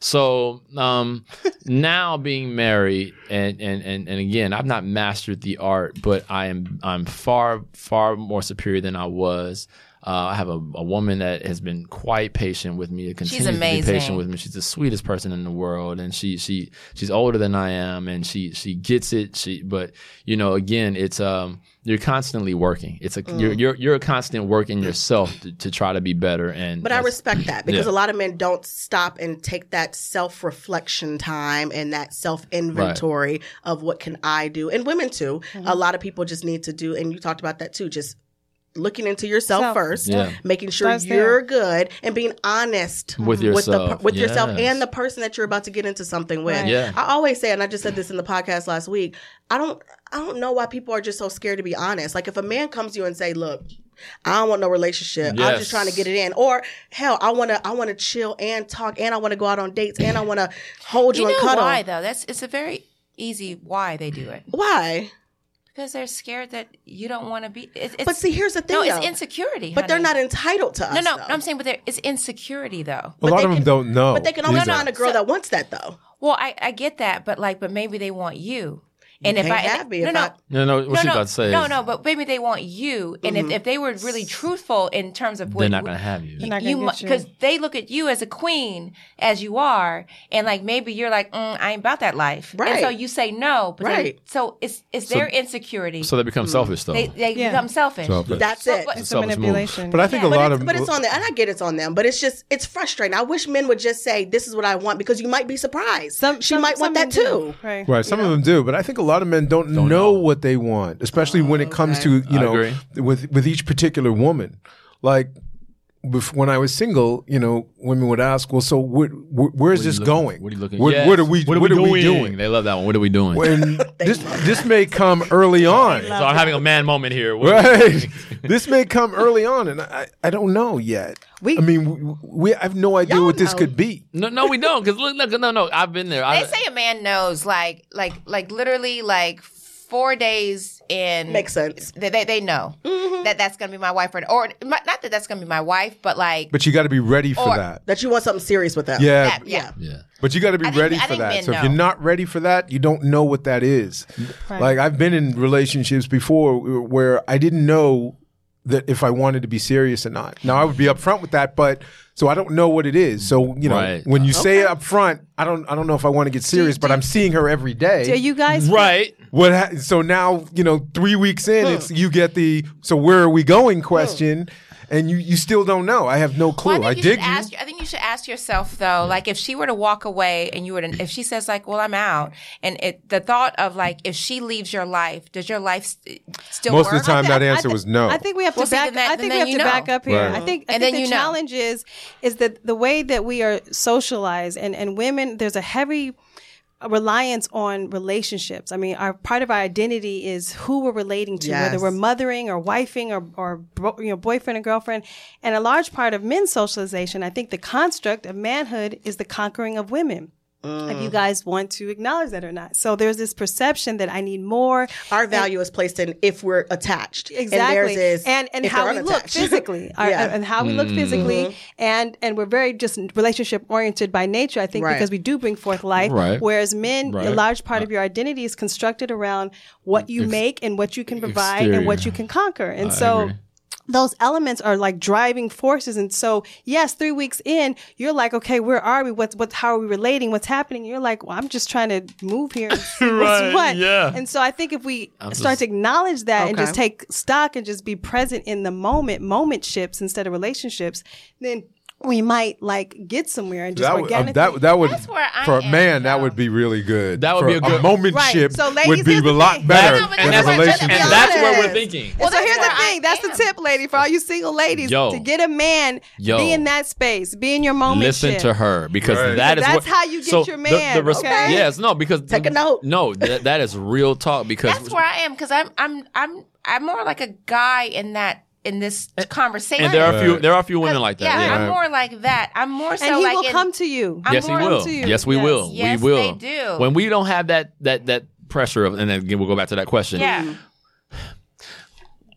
Speaker 5: So um now being married and, and and and again, I've not mastered the art, but I am I'm far, far more superior than I was. Uh, I have a, a woman that has been quite patient with me. It continues To be patient
Speaker 4: amazing.
Speaker 5: with me. She's the sweetest person in the world, and she she she's older than I am, and she she gets it. She but you know again, it's um you're constantly working. It's a
Speaker 4: Mm.
Speaker 5: you're, you're you're a constant work in yourself to, to try to be better. And
Speaker 1: But I
Speaker 5: that's-
Speaker 1: respect that because a
Speaker 5: Yeah.
Speaker 1: lot of men don't stop and take that self reflection time and that self inventory of what can I do, and women too. A
Speaker 5: Mm-hmm.
Speaker 1: lot of people just need to do, and you talked about that too, just looking into yourself
Speaker 3: Self.
Speaker 1: first,
Speaker 5: Yeah.
Speaker 1: making sure
Speaker 3: Starts
Speaker 1: you're good, and being honest
Speaker 5: With
Speaker 1: with, the,
Speaker 5: yourself.
Speaker 1: per- with yourself
Speaker 5: Yes.
Speaker 1: and the person that you're about to get into something with.
Speaker 3: Right.
Speaker 5: Yeah.
Speaker 1: I always say, and I just said this in the podcast last week. I don't, I don't know why people are just so scared to be honest. Like if a man comes to you and say, "Look, I don't want no relationship. I'm just
Speaker 5: Yes.
Speaker 1: trying to get it in," or hell, I want to, I want to chill and talk, and I want to go out on dates, and I want to hold you,
Speaker 4: You
Speaker 1: and
Speaker 4: know
Speaker 1: cuddle.
Speaker 4: why though? That's it's a very easy why they do it
Speaker 1: Why?
Speaker 4: because they're scared that you don't want to be. It's, it's,
Speaker 1: But see, here's the thing.
Speaker 4: no, it's
Speaker 1: though.
Speaker 4: insecurity.
Speaker 1: But they're
Speaker 4: honey.
Speaker 1: not entitled to us.
Speaker 4: No, no,
Speaker 1: though.
Speaker 4: no, I'm saying, but there- it's insecurity though.
Speaker 2: A lot
Speaker 1: they
Speaker 2: of them
Speaker 1: can-
Speaker 2: don't Oh, know.
Speaker 1: But they can always
Speaker 2: either.
Speaker 1: find a girl that wants that though.
Speaker 4: Well, I, I get that, but like, but maybe they want you. And if
Speaker 1: can't
Speaker 4: I and-
Speaker 1: have me
Speaker 4: no
Speaker 1: if
Speaker 4: no
Speaker 1: I-
Speaker 5: No, no, what
Speaker 4: no,
Speaker 5: she's
Speaker 4: no,
Speaker 5: about to say
Speaker 4: no,
Speaker 5: is
Speaker 4: no, but maybe they want you. And
Speaker 1: Mm-hmm.
Speaker 4: if, if they were really truthful in terms of what
Speaker 5: they're not going to have you.
Speaker 3: not gonna
Speaker 4: you
Speaker 3: get you.
Speaker 4: because they look at you as a queen as you are, and like maybe you're like, mm, I ain't about that life, And
Speaker 1: Right.
Speaker 4: so you say no, but then-
Speaker 1: Right.
Speaker 4: so it's it's their insecurity.
Speaker 5: So they become selfish, though.
Speaker 4: Mm. they they
Speaker 3: Yeah.
Speaker 4: become selfish.
Speaker 2: Selfish.
Speaker 1: That's
Speaker 4: So
Speaker 1: it.
Speaker 4: what-
Speaker 3: It's a
Speaker 5: selfish move.
Speaker 3: manipulation.
Speaker 2: But I think a
Speaker 1: but
Speaker 2: lot
Speaker 1: it's,
Speaker 2: of
Speaker 1: but it's on them, and I get it's on them. But it's just it's frustrating. I wish men would just say, "This is what I want," because you might be surprised.
Speaker 3: Some-
Speaker 1: she
Speaker 3: some-
Speaker 1: might want
Speaker 3: some
Speaker 1: that
Speaker 3: men do.
Speaker 1: too.
Speaker 3: Right.
Speaker 2: Right, some of them do, but I think a lot of men don't, know, what they want, especially when
Speaker 1: Oh,
Speaker 2: it comes to you
Speaker 5: I
Speaker 2: know
Speaker 5: agree.
Speaker 2: with with each particular woman. Like bef- when I was single, you know, women would ask, "Well, so wh- wh- where's this
Speaker 5: Looking-
Speaker 2: going?
Speaker 5: What are you looking?
Speaker 2: What,
Speaker 5: Yes.
Speaker 2: what are we? What are, we doing?"
Speaker 5: They love that one. What are we doing? (laughs)
Speaker 1: (laughs)
Speaker 2: And this this may come early on, (laughs)
Speaker 5: so I'm having a man moment here. What are we
Speaker 2: right?
Speaker 5: doing?
Speaker 2: this may come early on, and I I don't know yet.
Speaker 1: We-
Speaker 2: I mean, w- we I have no idea what this
Speaker 1: know.
Speaker 2: could be.
Speaker 5: No, no, we don't. Because look, look, no, no. I've been there. I,
Speaker 4: They say a man knows like like like literally like four days in
Speaker 1: Makes sense.
Speaker 4: They they, they know
Speaker 2: Mm-hmm.
Speaker 4: that that's gonna be my wife or or not that that's gonna be my wife, but like
Speaker 2: But you got to be ready for
Speaker 4: Or-
Speaker 2: that.
Speaker 1: That you want something serious with them.
Speaker 2: Yeah,
Speaker 4: that, yeah.
Speaker 5: yeah.
Speaker 2: But you got to be
Speaker 4: I think-
Speaker 2: ready
Speaker 4: I
Speaker 2: for
Speaker 4: think men
Speaker 2: that. So if
Speaker 4: know.
Speaker 2: you're not ready for that, you don't know what that is. Like I've been in relationships before where I didn't know that if I wanted to be serious or not. Now I would be upfront with that, but so I don't know what it is. So you know,
Speaker 5: Right.
Speaker 2: when you say it upfront, I don't, I don't know if I want to get serious, but I'm seeing her every day.
Speaker 3: Do you guys
Speaker 5: Right.
Speaker 2: What? Ha- so now you know, three weeks in, it's you get the so where are we going question, and you you still don't know. I have no clue.
Speaker 4: Well, I
Speaker 2: I
Speaker 4: think you
Speaker 2: dig
Speaker 4: should ask. I think you should ask yourself though, like if she were to walk away and you were to, if she says like, "Well, I'm out," and it, the thought of like if she leaves your life, does your life st- still
Speaker 2: Most of the
Speaker 4: work?
Speaker 2: time,
Speaker 3: I
Speaker 2: that
Speaker 3: thi- I
Speaker 2: answer
Speaker 3: thi-
Speaker 2: was no.
Speaker 3: I think we have to
Speaker 4: Well, see,
Speaker 3: back.
Speaker 4: then that-
Speaker 3: I think
Speaker 4: then
Speaker 3: we have
Speaker 4: you
Speaker 3: to
Speaker 4: know.
Speaker 3: back up here.
Speaker 2: Right.
Speaker 3: I think, I think
Speaker 4: And then
Speaker 3: the
Speaker 4: you know.
Speaker 3: challenge is is that the way that we are socialized and and women there's a heavy reliance on relationships. I mean, our part of our identity is who we're relating to, whether
Speaker 1: Yes.
Speaker 3: we're mothering or wifing or or bro- you know boyfriend and girlfriend. And a large part of men's socialization, I think, the construct of manhood is the conquering of women. If
Speaker 2: Mm.
Speaker 3: you guys want to acknowledge that or not, so there's this perception that I need more.
Speaker 1: Our value is placed in if we're attached.
Speaker 3: Exactly.
Speaker 1: And theirs is
Speaker 3: and, and
Speaker 1: if
Speaker 3: how
Speaker 1: they're
Speaker 3: we look
Speaker 1: unattached. (laughs)
Speaker 3: physically. Our-
Speaker 1: Yeah. Mm-hmm.
Speaker 3: And how we
Speaker 5: Mm.
Speaker 3: look physically. And and we're very just relationship oriented by nature, I think,
Speaker 1: Right.
Speaker 3: because we do bring forth life.
Speaker 5: Right.
Speaker 3: Whereas men, a
Speaker 5: Right.
Speaker 3: large part of your identity is constructed around what you make and what you can provide and what you
Speaker 5: exterior.
Speaker 3: can conquer. And so
Speaker 5: agree.
Speaker 3: those elements are like driving forces. And so, yes, three weeks in, you're like, okay, where are we? What's what? How are we relating? What's happening? You're like, well, I'm just trying to move here. And see
Speaker 5: (laughs) Right,
Speaker 3: what's what?
Speaker 5: yeah.
Speaker 3: And so I think if we start to acknowledge that and just take stock and just be present in the moment, moment ships instead of relationships, then we might like get somewhere and just
Speaker 2: That would, uh,
Speaker 3: organically.
Speaker 2: that, that would
Speaker 4: That's where I
Speaker 2: for a
Speaker 4: am,
Speaker 2: man that
Speaker 4: though.
Speaker 2: would be really good.
Speaker 5: That would
Speaker 2: For
Speaker 5: be a
Speaker 2: a
Speaker 5: good-
Speaker 2: momentship
Speaker 3: Right. So, ladies,
Speaker 2: would be
Speaker 3: here's
Speaker 2: a
Speaker 3: the
Speaker 2: lot
Speaker 3: thing.
Speaker 2: better
Speaker 4: No, but
Speaker 2: than
Speaker 4: that's
Speaker 2: a
Speaker 4: what-
Speaker 2: relationship.
Speaker 4: be
Speaker 5: and that's where
Speaker 1: honest.
Speaker 5: we're thinking.
Speaker 3: And so
Speaker 4: Well,
Speaker 3: here's
Speaker 4: that's
Speaker 3: the
Speaker 4: where I
Speaker 3: thing. That's the
Speaker 4: am.
Speaker 3: tip, lady, for all you single ladies.
Speaker 5: Yo.
Speaker 3: To get a man,
Speaker 5: Yo.
Speaker 3: be in that space, be in your moment.
Speaker 5: Listen
Speaker 3: ship.
Speaker 5: to her because
Speaker 2: Right.
Speaker 5: that is
Speaker 3: That's
Speaker 5: what-
Speaker 3: how you get your
Speaker 5: the- The,
Speaker 3: man,
Speaker 5: res-
Speaker 3: okay?
Speaker 5: Yes, no, because
Speaker 1: Take a note.
Speaker 5: No, that, that is real talk because
Speaker 4: That's where I am because I'm I'm I'm I'm more like a guy in that in this conversation.
Speaker 5: and there are a few
Speaker 2: Right.
Speaker 5: there are a few women like that.
Speaker 4: yeah,
Speaker 5: Yeah.
Speaker 4: I'm more like that. I'm more so
Speaker 3: And he
Speaker 4: like
Speaker 3: will
Speaker 4: in-
Speaker 3: come to you.
Speaker 4: I'm
Speaker 5: yes, he
Speaker 4: more
Speaker 5: will.
Speaker 3: into you.
Speaker 5: Yes, we
Speaker 3: Yes.
Speaker 5: will.
Speaker 4: Yes,
Speaker 5: we will.
Speaker 4: they do.
Speaker 5: When we don't have that that that pressure of, and then again, we'll go back to that question.
Speaker 4: yeah.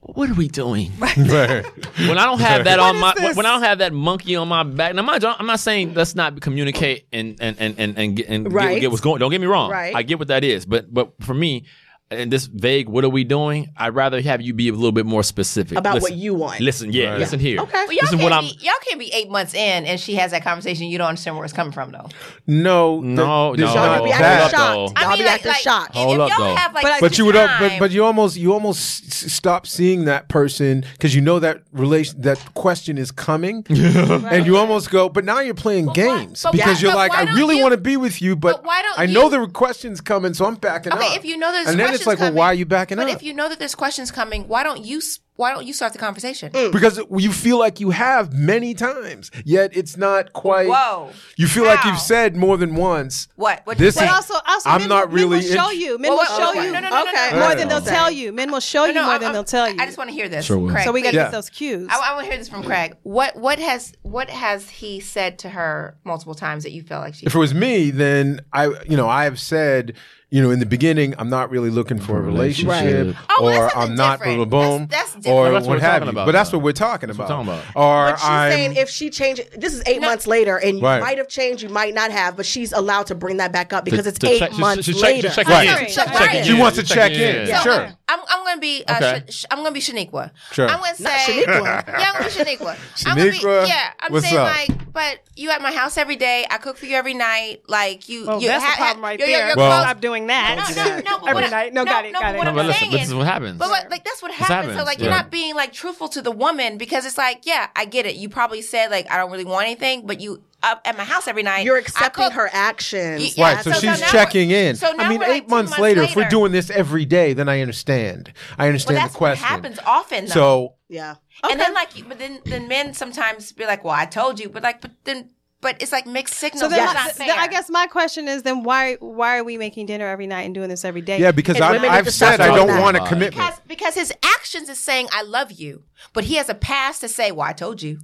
Speaker 5: What are we doing?
Speaker 2: Right.
Speaker 5: when I don't have that on my
Speaker 3: is this?
Speaker 5: when I don't have that monkey on my back. Now, mind you, I'm not saying let's not communicate and and and and and, get, and get-
Speaker 1: Right.
Speaker 5: get, what's going. Don't get me wrong.
Speaker 1: Right.
Speaker 5: I get what that is, but but for me, and this vague, what are we doing? I'd rather have you be a little bit more specific
Speaker 1: About what
Speaker 5: Listen-
Speaker 1: you want.
Speaker 5: Listen, yeah,
Speaker 2: Right.
Speaker 5: listen here.
Speaker 1: Okay.
Speaker 4: Well, y'all,
Speaker 5: Listen,
Speaker 4: can't
Speaker 5: what I'm.
Speaker 4: be, y'all can't be eight months in and she has that conversation. You don't understand where it's coming from, though.
Speaker 2: (laughs) No, th-
Speaker 5: No,
Speaker 2: there's
Speaker 5: no,
Speaker 2: not
Speaker 1: Y'all be
Speaker 5: hold up,
Speaker 1: acting
Speaker 5: though.
Speaker 1: shocked. Y'all be acting shocked.
Speaker 4: if-
Speaker 5: Hold
Speaker 4: if
Speaker 5: up,
Speaker 4: y'all
Speaker 5: though.
Speaker 4: have like,
Speaker 3: But I-
Speaker 2: But you would, al- but
Speaker 4: time-
Speaker 2: but you almost, you almost s- s- stop seeing that person because you know that relation, that question is (laughs) coming, and you almost go. But now you're playing games
Speaker 4: but
Speaker 2: because
Speaker 4: why-
Speaker 2: you're
Speaker 4: but
Speaker 2: like,
Speaker 4: why
Speaker 2: I
Speaker 4: don't
Speaker 2: really
Speaker 4: you-
Speaker 2: want to be with you, but,
Speaker 4: but why don't
Speaker 2: I know
Speaker 4: you-
Speaker 2: the question's coming, so I'm backing
Speaker 4: Okay,
Speaker 2: up.
Speaker 4: if you know there's
Speaker 2: and then it's
Speaker 4: questions
Speaker 2: like,
Speaker 4: coming,
Speaker 2: well, why are you backing
Speaker 4: but
Speaker 2: up?
Speaker 4: if you know that there's questions coming, why don't you s- why don't you start the conversation?
Speaker 2: (laughs) because you feel like you have many times, yet it's not quite.
Speaker 4: Whoa.
Speaker 2: You feel like
Speaker 4: How?
Speaker 2: you've said more than once.
Speaker 4: What? What?
Speaker 2: This
Speaker 3: But
Speaker 2: is-
Speaker 3: also, also
Speaker 2: I'm
Speaker 3: men,
Speaker 2: not
Speaker 3: will- men
Speaker 2: really
Speaker 3: will show
Speaker 2: int-
Speaker 3: you. Men
Speaker 4: Well,
Speaker 3: will
Speaker 4: well,
Speaker 3: show
Speaker 4: okay.
Speaker 3: you
Speaker 4: No, no, no, no,
Speaker 1: Okay.
Speaker 4: no.
Speaker 3: more than they'll
Speaker 2: Okay.
Speaker 3: tell you. Men will show Oh, you
Speaker 4: No, no,
Speaker 3: more
Speaker 4: I'm-
Speaker 3: than
Speaker 4: I'm-
Speaker 3: they'll tell you.
Speaker 4: I just want to hear this.
Speaker 5: Sure will.
Speaker 4: Craig,
Speaker 3: so we got to
Speaker 2: Yeah.
Speaker 3: get those cues.
Speaker 4: I, I want to hear this from Craig. What what has what has he said to her multiple times that you felt like she?
Speaker 2: If it was me, then I, you know, I have said, you know, in the beginning, I'm not really looking for a relationship,
Speaker 5: Right.
Speaker 4: Oh,
Speaker 2: or
Speaker 4: well, that's
Speaker 2: I'm
Speaker 4: something
Speaker 2: not
Speaker 4: different.
Speaker 2: boom, boom,
Speaker 4: That's- that's different.
Speaker 2: or
Speaker 5: That's what
Speaker 2: what
Speaker 5: we're
Speaker 2: have
Speaker 5: talking
Speaker 2: you.
Speaker 5: about,
Speaker 2: But that's
Speaker 5: though.
Speaker 2: what we're talking about.
Speaker 5: we're talking about.
Speaker 2: Or
Speaker 1: But she's
Speaker 2: I'm,
Speaker 1: saying if she changed, this is eight months later, and you
Speaker 2: Right.
Speaker 1: might have changed, you might not have, but she's allowed to bring that back up
Speaker 5: To-
Speaker 1: because it's
Speaker 5: to
Speaker 1: eight
Speaker 5: check- to-
Speaker 1: months
Speaker 5: to check- to
Speaker 1: later.
Speaker 5: check
Speaker 2: Right.
Speaker 5: in.
Speaker 4: So
Speaker 5: Check
Speaker 4: Ryan-
Speaker 5: in.
Speaker 4: She
Speaker 2: wants to check in.
Speaker 4: So
Speaker 2: Sure.
Speaker 4: I'm, I'm, I'm going to be uh,
Speaker 5: Okay.
Speaker 4: Sh- Sh- I'm going to be Shaniqua.
Speaker 2: Sure.
Speaker 4: I'm going to say
Speaker 1: Not Shaniqua.
Speaker 4: (laughs) Yeah, I'm going to be Shaniqua. I'm gonna be-
Speaker 2: Shaniqua,
Speaker 4: yeah, I'm
Speaker 2: what's
Speaker 4: saying
Speaker 2: up?
Speaker 4: like, but you at my house every day. I cook for you every night. Like you,
Speaker 3: Oh,
Speaker 4: you
Speaker 3: that's
Speaker 4: ha-
Speaker 3: the problem
Speaker 4: ha-
Speaker 3: right
Speaker 4: you're- you're-
Speaker 3: there.
Speaker 4: you're
Speaker 2: Well-
Speaker 4: close-
Speaker 3: Stop doing that.
Speaker 4: no, no, no. but
Speaker 3: Every
Speaker 4: what I-
Speaker 3: night. No, got it,
Speaker 4: no,
Speaker 3: got it.
Speaker 4: what
Speaker 5: No,
Speaker 4: I'm
Speaker 5: but listen,
Speaker 4: saying
Speaker 5: but this is what happens.
Speaker 4: But what, like that's what
Speaker 5: This
Speaker 4: happens. So
Speaker 5: happens,
Speaker 4: like
Speaker 5: yeah.
Speaker 4: you're not being like truthful to the woman because it's like, yeah, I get it. You probably said like I don't really want anything, but you up at my house every night.
Speaker 1: You're
Speaker 4: I
Speaker 1: accepting
Speaker 4: cook.
Speaker 1: her actions.
Speaker 4: Yeah,
Speaker 2: Right, so,
Speaker 4: so- so
Speaker 2: she's
Speaker 4: now
Speaker 2: checking
Speaker 4: we're-
Speaker 2: in.
Speaker 4: so now
Speaker 2: I mean,
Speaker 4: we're,
Speaker 2: eight
Speaker 4: like, two
Speaker 2: months,
Speaker 4: months
Speaker 2: later, if we're
Speaker 4: later.
Speaker 2: doing this every day, then I understand. I
Speaker 4: Well,
Speaker 2: understand
Speaker 4: that's
Speaker 2: the question.
Speaker 4: what happens often. Though.
Speaker 2: So
Speaker 1: yeah.
Speaker 4: And then like, you- but then then men sometimes be like, "Well, I told you," but like, but then, but it's like mixed signals.
Speaker 3: So then,
Speaker 4: That's
Speaker 3: my-
Speaker 4: not
Speaker 3: then
Speaker 4: fair.
Speaker 3: I guess my question is then why why are we making dinner every night and doing this every day?
Speaker 2: yeah, because
Speaker 1: And
Speaker 2: I,
Speaker 1: women
Speaker 2: I've
Speaker 1: just
Speaker 2: said
Speaker 5: don't
Speaker 2: I don't
Speaker 5: know.
Speaker 2: want a
Speaker 5: Because-
Speaker 2: commitment.
Speaker 4: because because his actions is saying, "I love you," but he has a past to say, "Well, I told you."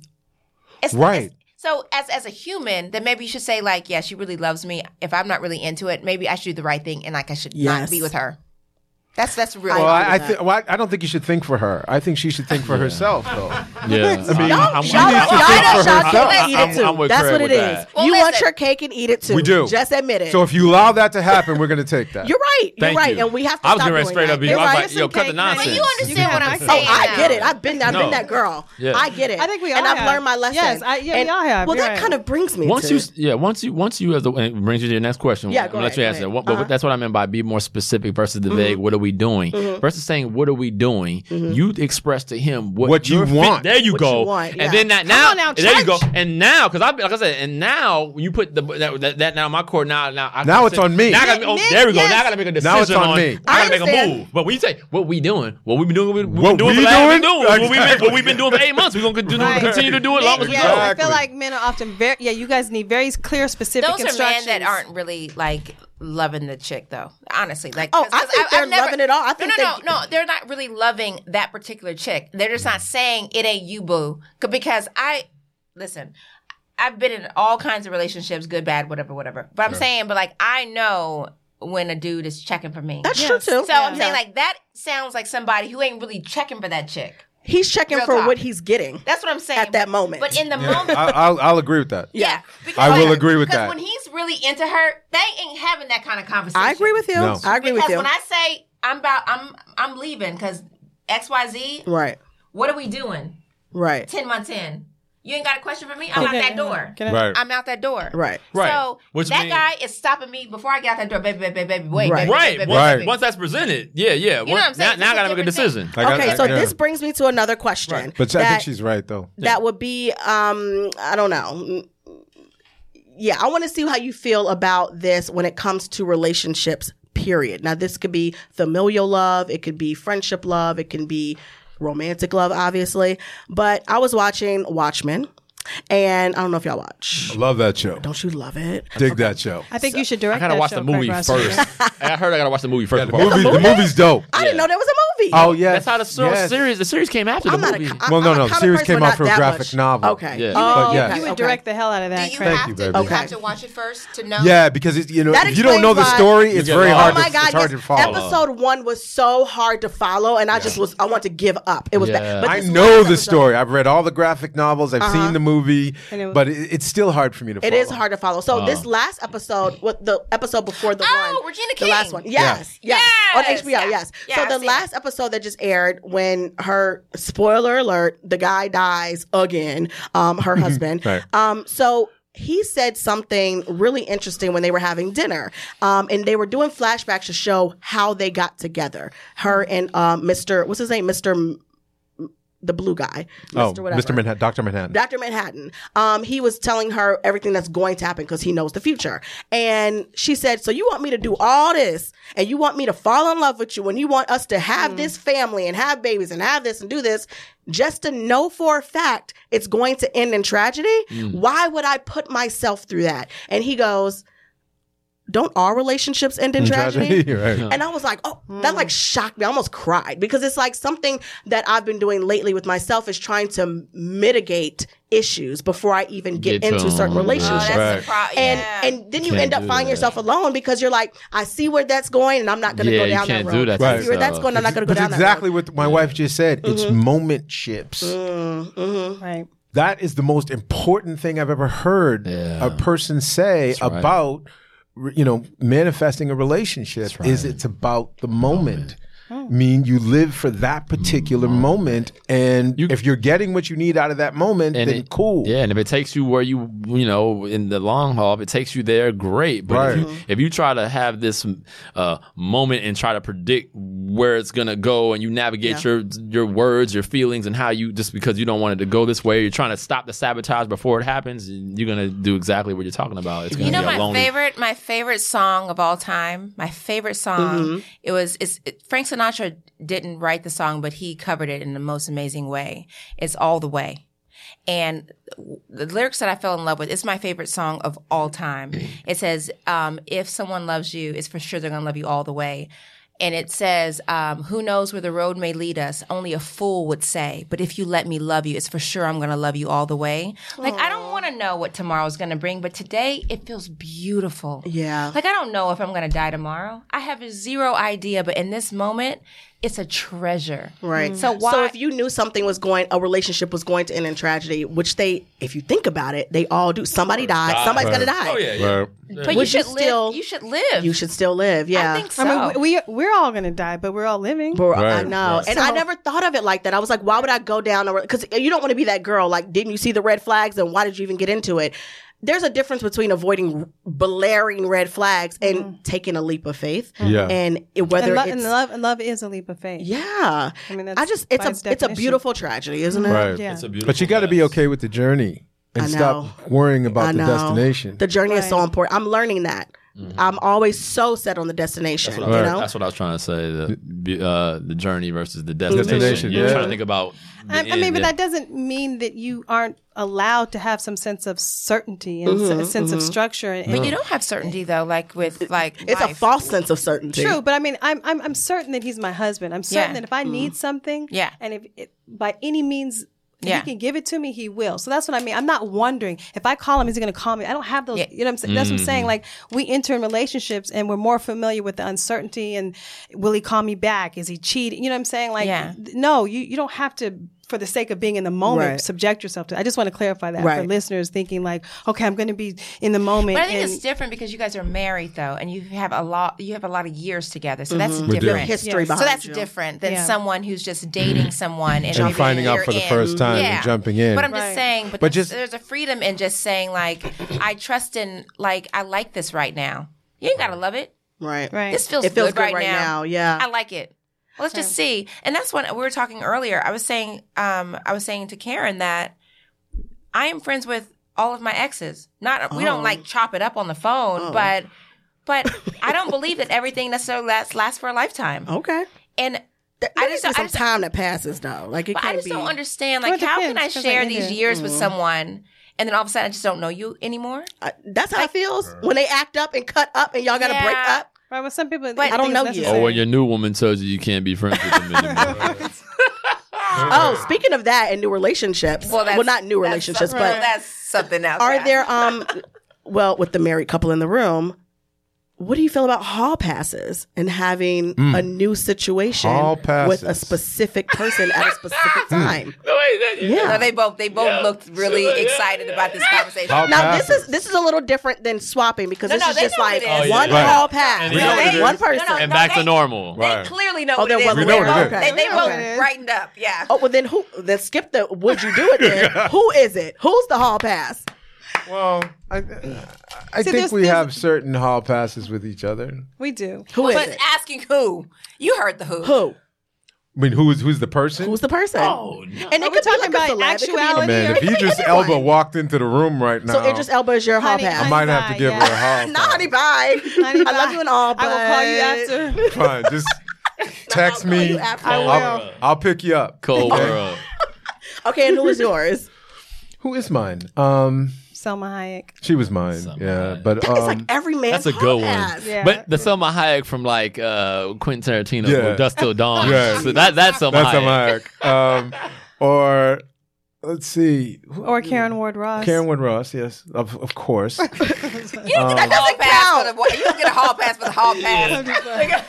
Speaker 4: It's
Speaker 2: Right.
Speaker 4: so as as a human, then maybe you should say like, "Yeah, she really loves me." If I'm not really into it, maybe I should do the right thing and like I should
Speaker 1: Yes.
Speaker 4: not be with her. That's that's real.
Speaker 2: Well, I, I,
Speaker 1: that.
Speaker 2: think well, I, I don't think you should think for her. I think she should think for herself,
Speaker 4: (laughs)
Speaker 2: though.
Speaker 5: Yeah.
Speaker 2: I mean,
Speaker 5: I'm-
Speaker 1: Y'all, y'all,
Speaker 5: I'm- I'm-
Speaker 1: y'all,
Speaker 5: I'm-
Speaker 1: y'all
Speaker 5: I'm-
Speaker 1: can eat
Speaker 5: I'm-
Speaker 1: it too.
Speaker 5: I'm with
Speaker 1: That's
Speaker 5: Craig
Speaker 1: what it
Speaker 5: with
Speaker 1: is.
Speaker 5: that.
Speaker 4: Well,
Speaker 1: you want
Speaker 4: listen.
Speaker 1: your cake and eat it too.
Speaker 2: We do.
Speaker 1: Just admit it.
Speaker 2: So if you allow that to happen, we're going to take that.
Speaker 1: you're right. You're
Speaker 5: Thank
Speaker 1: right.
Speaker 5: you.
Speaker 1: And we have to
Speaker 5: I was
Speaker 1: stop
Speaker 5: getting ready
Speaker 1: doing
Speaker 5: straight
Speaker 1: that.
Speaker 5: up. be-
Speaker 1: You're
Speaker 5: I was
Speaker 1: right.
Speaker 5: like, yo, cut the
Speaker 3: cake night.
Speaker 5: nonsense.
Speaker 3: Well,
Speaker 4: you understand what I'm
Speaker 3: Oh,
Speaker 1: Oh,
Speaker 4: saying?
Speaker 1: I
Speaker 4: now.
Speaker 1: get it. I've been. I've
Speaker 5: No.
Speaker 1: been that girl.
Speaker 5: Yeah.
Speaker 1: I get it.
Speaker 3: I think we
Speaker 1: and
Speaker 3: all
Speaker 1: I've
Speaker 3: have.
Speaker 1: learned my lesson.
Speaker 3: Yes, I- yeah, we
Speaker 1: and,
Speaker 3: all have.
Speaker 1: Well,
Speaker 3: You're
Speaker 1: that
Speaker 3: right.
Speaker 1: kind of brings me
Speaker 5: once
Speaker 1: to.
Speaker 5: you yeah once you once you as the and it brings you to your next question
Speaker 1: Yeah,
Speaker 5: I'm
Speaker 1: go
Speaker 5: gonna let
Speaker 1: ahead,
Speaker 5: you
Speaker 1: go
Speaker 5: answer
Speaker 1: ahead.
Speaker 5: that
Speaker 1: Uh-huh. Mm-hmm.
Speaker 5: What- but that's what i meant by be more specific versus the vague what are we doing versus saying what are we doing you express to him what,
Speaker 2: What you
Speaker 5: your fit-
Speaker 2: want.
Speaker 5: there you
Speaker 1: What
Speaker 5: go
Speaker 1: you want, yeah.
Speaker 5: and then that now,
Speaker 3: on now,
Speaker 5: there you go
Speaker 3: church.
Speaker 5: and now because i like i said and now when you put the that, that, that now my court now now I
Speaker 2: Now it's on me.
Speaker 5: now I gotta, oh,
Speaker 3: Nick,
Speaker 5: there we go
Speaker 3: yes.
Speaker 5: now i gotta make a decision
Speaker 2: Now it's on me.
Speaker 5: i gotta
Speaker 1: I
Speaker 5: make a
Speaker 1: understand.
Speaker 5: move but when you say what we doing what we been doing we, we
Speaker 2: What
Speaker 5: been doing
Speaker 2: we
Speaker 5: for the last-
Speaker 2: doing?
Speaker 5: been doing what we been, what
Speaker 2: Exactly.
Speaker 5: we been doing for eight months we're gonna continue,
Speaker 3: Right.
Speaker 5: continue to do it as long as we
Speaker 3: Yeah,
Speaker 5: go
Speaker 3: I
Speaker 2: Exactly.
Speaker 3: feel like men are often very yeah. You guys need very clear, specific
Speaker 4: Those are men
Speaker 3: instructions.
Speaker 4: that aren't really like loving the chick, though. Honestly, like
Speaker 1: Oh, I
Speaker 4: 'cause
Speaker 1: think they're loving it all. I think
Speaker 4: no, no,
Speaker 1: they-
Speaker 4: no, no. They're not really loving that particular chick. They're just not saying it ain't you, boo. C- Because I listen. I've been in all kinds of relationships, good, bad, whatever, whatever. But I'm saying, but like I know when a dude is checking for me.
Speaker 1: That's true too.
Speaker 4: so I'm saying like that sounds like somebody who ain't really checking for that chick.
Speaker 1: he's checking
Speaker 4: Real
Speaker 1: for
Speaker 4: talk.
Speaker 1: what he's getting.
Speaker 4: That's what I'm saying.
Speaker 1: At that
Speaker 4: But-
Speaker 1: moment.
Speaker 4: But in the moment,
Speaker 2: I, I'll, I'll agree with that.
Speaker 4: yeah.
Speaker 2: I will agree with
Speaker 4: because
Speaker 2: that.
Speaker 4: when he's really into her, they ain't having that kind of conversation.
Speaker 1: I agree with you.
Speaker 2: No.
Speaker 1: I agree
Speaker 4: because
Speaker 1: with you.
Speaker 4: when I say I'm about I'm I'm leaving because XYZ,
Speaker 1: right.
Speaker 4: what are we doing?
Speaker 1: Right.
Speaker 4: Ten months in. You ain't got a question for me? I'm out that door.
Speaker 3: Can I-
Speaker 2: Right.
Speaker 4: I'm out that door.
Speaker 1: Oh. Right.
Speaker 5: Right.
Speaker 4: So
Speaker 5: Which
Speaker 4: that
Speaker 5: mean-
Speaker 4: guy is stopping me before I get out that door. Baby, baby, baby, baby, wait.
Speaker 1: Right.
Speaker 4: Baby,
Speaker 5: Right.
Speaker 4: Baby,
Speaker 5: Once,
Speaker 4: baby,
Speaker 2: Right.
Speaker 4: baby.
Speaker 5: once that's presented, yeah, yeah.
Speaker 4: know what I'm saying?
Speaker 5: Now, now I
Speaker 4: It's
Speaker 5: gotta
Speaker 4: a
Speaker 5: make a
Speaker 4: different thing.
Speaker 5: decision.
Speaker 2: I got-
Speaker 1: Okay.
Speaker 2: I-
Speaker 1: So
Speaker 2: yeah.
Speaker 1: this brings me to another question.
Speaker 2: But I think
Speaker 1: that-
Speaker 2: she's right, though.
Speaker 1: that would be um i don't know yeah i want to see how you feel about this when it comes to relationships period now this could be familial love it could be friendship love it can be romantic love obviously but i was watching watchmen and i don't know if y'all watch
Speaker 2: Love that show.
Speaker 1: don't you love it
Speaker 2: Dig that show.
Speaker 3: I think you should direct.
Speaker 5: I gotta
Speaker 3: that
Speaker 5: watch
Speaker 3: show,
Speaker 5: the movie
Speaker 3: Craig Ross. (laughs)
Speaker 5: first. (laughs) I heard I gotta watch the movie first.
Speaker 2: The,
Speaker 5: before-
Speaker 4: (laughs)
Speaker 2: movie, the movie's dope.
Speaker 1: i didn't know there was a movie
Speaker 2: Oh, yes.
Speaker 5: That's how the ser-
Speaker 2: yes.
Speaker 5: series. The series came after
Speaker 1: I'm
Speaker 5: the
Speaker 1: not a,
Speaker 5: movie.
Speaker 1: co- I-
Speaker 2: Well, no,
Speaker 1: I'm
Speaker 2: no,
Speaker 1: a
Speaker 2: the
Speaker 1: kind of
Speaker 2: series
Speaker 1: person,
Speaker 2: came
Speaker 1: but
Speaker 2: out
Speaker 1: not
Speaker 2: for a
Speaker 1: that
Speaker 2: graphic
Speaker 1: much.
Speaker 2: novel.
Speaker 1: okay
Speaker 5: Yeah.
Speaker 1: oh
Speaker 2: But yes.
Speaker 3: You
Speaker 1: okay,
Speaker 3: would
Speaker 1: okay.
Speaker 3: direct the hell out of
Speaker 4: Do
Speaker 3: that.
Speaker 4: you
Speaker 3: Craig.
Speaker 2: Thank
Speaker 4: have
Speaker 2: you,
Speaker 4: to?
Speaker 2: baby.
Speaker 4: Do you
Speaker 1: Okay.
Speaker 4: have to watch it first to know?
Speaker 2: Yeah, because it, you know
Speaker 1: That
Speaker 2: if you don't know the
Speaker 1: explains why-
Speaker 2: story, it's
Speaker 5: get
Speaker 2: very
Speaker 5: lost.
Speaker 2: hard.
Speaker 1: Oh my
Speaker 2: to, it's
Speaker 1: god!
Speaker 2: hard to
Speaker 1: yes.
Speaker 2: follow.
Speaker 1: Episode one was so hard to follow, and I just was I want to give up. It was
Speaker 5: Yeah.
Speaker 1: bad. But
Speaker 2: I
Speaker 1: this
Speaker 2: know
Speaker 1: last
Speaker 2: the
Speaker 1: episode-
Speaker 2: story. I've read all the graphic novels. I've
Speaker 1: Uh-huh.
Speaker 2: seen the movie,
Speaker 3: And it was-
Speaker 2: but it, it's still hard for me to.
Speaker 1: It
Speaker 2: follow. Uh.
Speaker 1: is hard to follow. So this last episode, what the episode before the
Speaker 4: Oh,
Speaker 1: one,
Speaker 4: Regina
Speaker 1: the last
Speaker 4: King.
Speaker 1: one, yes, yes, on
Speaker 4: Yes,
Speaker 1: HBO,
Speaker 4: yeah.
Speaker 1: yes.
Speaker 4: Yeah,
Speaker 1: so
Speaker 4: I've
Speaker 1: the
Speaker 4: seen
Speaker 1: last episode that just aired, when her spoiler alert, the guy dies again, um, her husband.
Speaker 2: Mm-hmm. Right.
Speaker 1: Um, so he said something really interesting when they were having dinner, um, and they were doing flashbacks to show how they got together. Her and um, Mister, what's his name, Mister, the blue guy,
Speaker 2: Oh,
Speaker 1: Mr. whatever.
Speaker 2: Mr. Manhattan, Doctor Manhattan.
Speaker 1: Dr. Manhattan. Um, he was telling her everything that's going to happen because he knows the future. And she said, So you want me to do all this and you want me to fall in love with you and you want us to have this family and have babies and have this and do this just to know for a fact it's going to Mm. end in tragedy? Why would I put myself through that? And he goes, don't all relationships end in tragedy?
Speaker 2: (laughs) right.
Speaker 1: And I was like, oh, that
Speaker 4: Hmm.
Speaker 1: like shocked me. I almost cried because it's like something that I've been doing lately with myself is trying to mitigate issues before I even get,
Speaker 5: Get to
Speaker 1: into certain
Speaker 5: them. Oh,
Speaker 4: Oh,
Speaker 1: relationships.
Speaker 4: that's
Speaker 2: Right.
Speaker 4: the problem.
Speaker 1: and
Speaker 4: yeah.
Speaker 1: and then you
Speaker 5: Can't
Speaker 1: end up
Speaker 5: do
Speaker 1: finding
Speaker 5: that.
Speaker 1: yourself alone because you're like, I see where that's going, and I'm not going to
Speaker 5: Yeah,
Speaker 1: go
Speaker 5: you
Speaker 1: down
Speaker 5: can't
Speaker 1: that
Speaker 5: do
Speaker 1: road.
Speaker 5: that to
Speaker 1: I see where that's
Speaker 5: yourself.
Speaker 1: going. I'm not going to go
Speaker 2: That's
Speaker 1: down
Speaker 2: exactly what my wife just said. It's
Speaker 1: Mm-hmm.
Speaker 2: moment ships.
Speaker 3: Right.
Speaker 2: That is the most important thing I've ever heard
Speaker 5: Yeah.
Speaker 2: a person say
Speaker 5: right.
Speaker 2: about re- you know manifesting a relationship is it's about the moment.
Speaker 1: Hmm.
Speaker 2: mean you live for that particular
Speaker 5: Mm-hmm.
Speaker 2: moment, and if you're getting what you need out of that moment,
Speaker 5: And
Speaker 2: then
Speaker 5: it-
Speaker 2: cool.
Speaker 5: Yeah, and if it takes you where you you know in the long haul, if it takes you there, great. But if, you, if you try to have this uh, moment and try to predict where it's gonna go, and you navigate your your words, your feelings, and how you just because you don't want it to go this way, you're trying to stop the sabotage before it happens. You're gonna do exactly what you're talking about. It's gonna
Speaker 4: You know
Speaker 5: be
Speaker 4: my
Speaker 5: a lonely.
Speaker 4: favorite, my favorite song of all time. My favorite song.
Speaker 5: Mm-hmm.
Speaker 4: It was it's it, Frank Sinatra didn't write the song, but he covered it in the most amazing way. It's all the way. And w- the lyrics that I fell in love with, it's my favorite song of all time.
Speaker 1: Mm-hmm.
Speaker 4: It says, um, if someone loves you, it's for sure they're going to love you all the way. And it says, um, who knows where the road may lead us? Only a fool would say, but if you let me love you, it's for sure I'm going to love you all the way. Like, I don't want to know what tomorrow's going to bring, but today it feels beautiful.
Speaker 1: Yeah.
Speaker 4: Like, I don't know if I'm going to die tomorrow. I have zero idea, but in this moment, it's a treasure.
Speaker 1: Right.
Speaker 4: So why?
Speaker 1: So if you knew something was going, a relationship was going to end in tragedy, which they, if you think about it, they all do. Somebody died. Somebody's gonna
Speaker 4: Oh,
Speaker 1: die.
Speaker 5: Oh,
Speaker 4: but you
Speaker 1: Would you
Speaker 4: should
Speaker 1: still-
Speaker 4: live. You should live.
Speaker 1: You should still live. Yeah.
Speaker 4: I think so.
Speaker 3: I mean, we, we we're all gonna die, but we're all living.
Speaker 1: Bro, I
Speaker 2: Right,
Speaker 1: know.
Speaker 2: right.
Speaker 1: And I never thought of it like that. I was like, why would I go down a because you don't want to be that girl. Like, didn't you see the red flags and why did you even get into it? There's a difference between avoiding blaring red flags and taking a leap of faith.
Speaker 2: Yeah.
Speaker 1: And it, whether
Speaker 3: Mm-hmm.
Speaker 1: it's
Speaker 3: and, lo- and love, and love is a leap of faith.
Speaker 1: yeah. I
Speaker 3: mean,
Speaker 1: mean,
Speaker 3: that's
Speaker 1: I just it's
Speaker 3: by
Speaker 1: a
Speaker 3: its
Speaker 1: it's a
Speaker 3: definition.
Speaker 1: beautiful tragedy, isn't it?
Speaker 2: Right.
Speaker 3: Yeah.
Speaker 2: But you got to be okay with the journey and
Speaker 1: I know.
Speaker 2: stop worrying about
Speaker 1: I
Speaker 2: the
Speaker 1: know.
Speaker 2: destination.
Speaker 1: The journey is so
Speaker 3: Right.
Speaker 1: important. I'm learning that. I'm always so set on the destination.
Speaker 5: That's
Speaker 1: You
Speaker 5: what, I,
Speaker 1: know,
Speaker 5: that's what I was trying to say. The be- uh, the journey versus the destination.
Speaker 2: Destination,
Speaker 5: You're
Speaker 2: yeah.
Speaker 5: trying to think about. the
Speaker 3: I, I mean,
Speaker 5: end.
Speaker 3: but that doesn't mean that you aren't allowed to have some sense of certainty and s- a sense of structure. And,
Speaker 4: But you don't have certainty though, like with like
Speaker 1: it's a
Speaker 4: life.
Speaker 1: false sense of certainty.
Speaker 3: True, but I mean, I'm I'm, I'm certain that he's my husband. I'm certain
Speaker 4: Yeah. Mm.
Speaker 3: that if I need something,
Speaker 4: Yeah.
Speaker 3: and if it, by any means. if
Speaker 4: Yeah.
Speaker 3: He can give it to me. He will. So that's what I mean. I'm not wondering if I call him, is he going to call me? I don't have those.
Speaker 4: Yeah. Mm-hmm.
Speaker 3: You know what I'm saying? That's what I'm saying. Like we enter in relationships and we're more familiar with the uncertainty and will he call me back? Is he cheating? You know what I'm saying? Like
Speaker 4: Yeah.
Speaker 3: th- no, you you don't have to for the sake of being in the moment
Speaker 1: Right.
Speaker 3: subject yourself to. I just want to clarify that for
Speaker 1: Right.
Speaker 3: listeners thinking like, okay, I'm going to be in the moment.
Speaker 4: But I think
Speaker 3: and-
Speaker 4: it's different because you guys are married though, and you have a lot you have a lot of years together, so that's
Speaker 2: do.
Speaker 4: different.
Speaker 1: History
Speaker 4: so
Speaker 1: Mm-hmm. behind
Speaker 4: that's
Speaker 1: you.
Speaker 4: different than
Speaker 3: Yeah.
Speaker 4: someone who's just dating someone and,
Speaker 2: Mm-hmm. and
Speaker 4: maybe
Speaker 2: finding out
Speaker 4: you're
Speaker 2: for the
Speaker 4: in.
Speaker 2: first time
Speaker 4: Yeah.
Speaker 2: and jumping in.
Speaker 4: But I'm just
Speaker 3: Right.
Speaker 4: saying, but,
Speaker 2: But
Speaker 4: there's-
Speaker 2: just-
Speaker 4: there's a freedom in just saying like, I trust in like I like this right now. You ain't gotta love it.
Speaker 1: Right.
Speaker 3: Right.
Speaker 4: This feels,
Speaker 1: It feels
Speaker 4: good,
Speaker 1: good
Speaker 4: right,
Speaker 1: right now,
Speaker 4: now.
Speaker 1: yeah.
Speaker 4: I like it. Well, let's just see. And that's when we were talking earlier. I was saying, um, I was saying to Karen that I am friends with all of my exes. Not we don't
Speaker 1: Oh.
Speaker 4: like chop it up on the phone, but but I
Speaker 1: (laughs)
Speaker 4: don't believe that everything necessarily lasts lasts for a lifetime.
Speaker 1: Okay.
Speaker 4: And
Speaker 1: Th-
Speaker 4: I
Speaker 1: there
Speaker 4: just-
Speaker 1: needs to be
Speaker 4: I
Speaker 1: some
Speaker 4: just-
Speaker 1: time that passes though. Like it
Speaker 4: but
Speaker 1: can't
Speaker 4: I just
Speaker 1: be.
Speaker 4: don't understand.
Speaker 3: Well,
Speaker 4: Like,
Speaker 3: it
Speaker 4: how can I
Speaker 3: depends, 'cause
Speaker 4: share
Speaker 3: I
Speaker 4: these
Speaker 3: either-
Speaker 4: years
Speaker 1: Mm-hmm.
Speaker 4: with someone and then all of a sudden I just don't know you anymore?
Speaker 1: I- uh, that's how it feels when they act up and cut up, and y'all got to break
Speaker 4: Yeah.
Speaker 1: up.
Speaker 3: Right, well, some people.
Speaker 4: But-
Speaker 3: I don't know you.
Speaker 5: Or Oh, when your new woman tells you you can't be friends with
Speaker 1: (laughs)
Speaker 5: them anymore.
Speaker 1: Oh, speaking of that, and new relationships. Well, not new
Speaker 4: that's
Speaker 1: relationships,
Speaker 4: something-
Speaker 1: but
Speaker 4: that's something else.
Speaker 1: are
Speaker 4: Yeah.
Speaker 1: there
Speaker 4: (laughs)
Speaker 1: um, well, with the married couple in the room, what do you feel about hall passes and having
Speaker 5: Hmm.
Speaker 1: a new situation
Speaker 2: Hall
Speaker 1: with a
Speaker 2: passes.
Speaker 1: specific person at a specific
Speaker 5: Hmm.
Speaker 1: time?
Speaker 5: no, wait, that,
Speaker 1: Yeah.
Speaker 4: No, they both they both looked really
Speaker 5: Sure, yeah,
Speaker 4: excited about this conversation.
Speaker 2: How
Speaker 1: Now this
Speaker 2: passes.
Speaker 1: is this is a little different than swapping because
Speaker 4: No,
Speaker 1: this
Speaker 4: no,
Speaker 1: is
Speaker 4: they
Speaker 1: just
Speaker 4: know what
Speaker 1: like
Speaker 4: it is.
Speaker 1: one
Speaker 2: Oh, yeah.
Speaker 1: hall
Speaker 2: Right.
Speaker 1: pass,
Speaker 5: And we know what it
Speaker 1: one
Speaker 5: is.
Speaker 1: person.
Speaker 4: No, no,
Speaker 5: and back
Speaker 4: they-
Speaker 5: to normal.
Speaker 4: They
Speaker 2: Right.
Speaker 4: clearly know
Speaker 1: Oh,
Speaker 4: what it
Speaker 1: there
Speaker 4: is.
Speaker 1: wasn't
Speaker 2: We know
Speaker 4: They
Speaker 2: what it
Speaker 4: both-
Speaker 1: is.
Speaker 4: They, they
Speaker 3: Okay.
Speaker 4: both
Speaker 3: Okay.
Speaker 4: brightened up. Yeah.
Speaker 1: Oh well, then who? Then skip the. Would you do it
Speaker 5: (laughs)
Speaker 1: then? who is it? Who's the hall pass?
Speaker 2: Well, I, I
Speaker 3: there's-
Speaker 2: think we
Speaker 3: there's-
Speaker 2: have certain hall passes with each other.
Speaker 3: We do.
Speaker 1: Who is
Speaker 4: but
Speaker 1: it?
Speaker 4: asking who? You heard the who.
Speaker 1: Who?
Speaker 2: I mean, who's who's the person?
Speaker 1: Who's the person?
Speaker 5: Oh, no.
Speaker 1: And
Speaker 3: Are
Speaker 1: it
Speaker 3: we
Speaker 1: could be
Speaker 3: talking
Speaker 1: like a celeb. It
Speaker 3: about
Speaker 1: could be
Speaker 3: actuality?
Speaker 2: Man,
Speaker 3: here.
Speaker 2: if Idris Elba walked into the room right now,
Speaker 1: So Idris Elba is your hall
Speaker 3: Honey,
Speaker 2: I
Speaker 1: pass.
Speaker 2: might have to give
Speaker 3: Yeah.
Speaker 2: her a
Speaker 1: (laughs)
Speaker 2: hall.
Speaker 1: Nah, honey, bye.
Speaker 3: Honey,
Speaker 1: I love
Speaker 3: bye.
Speaker 1: you and all, but
Speaker 3: I will call you after.
Speaker 2: pass. Fine,
Speaker 1: (laughs)
Speaker 2: just text
Speaker 1: I'll call
Speaker 2: me.
Speaker 1: you after.
Speaker 2: I'll,
Speaker 5: will.
Speaker 2: I'll pick you up.
Speaker 5: Cold
Speaker 2: okay?
Speaker 5: world.
Speaker 3: (laughs)
Speaker 1: Okay, and who is yours?
Speaker 2: Who is mine? Um,
Speaker 3: Selma Hayek.
Speaker 2: She was mine.
Speaker 5: Something
Speaker 2: yeah,
Speaker 5: like
Speaker 2: but um,
Speaker 1: it's like every man.
Speaker 5: That's a good one.
Speaker 3: Yeah.
Speaker 5: But the Selma Hayek from like uh, Quentin Tarantino,
Speaker 2: Yeah.
Speaker 5: from Dust Till Dawn.
Speaker 2: Yeah.
Speaker 5: So that that's Selma
Speaker 2: that's
Speaker 5: Hayek.
Speaker 2: a mark. Um,
Speaker 1: (laughs)
Speaker 2: or let's see, who-
Speaker 3: Or Karen Ward Ross.
Speaker 2: Karen Wood Ross. Yes, of, of course. (laughs)
Speaker 4: You don't get a hall pass for the wa- you don't get a hall pass for the hall pass.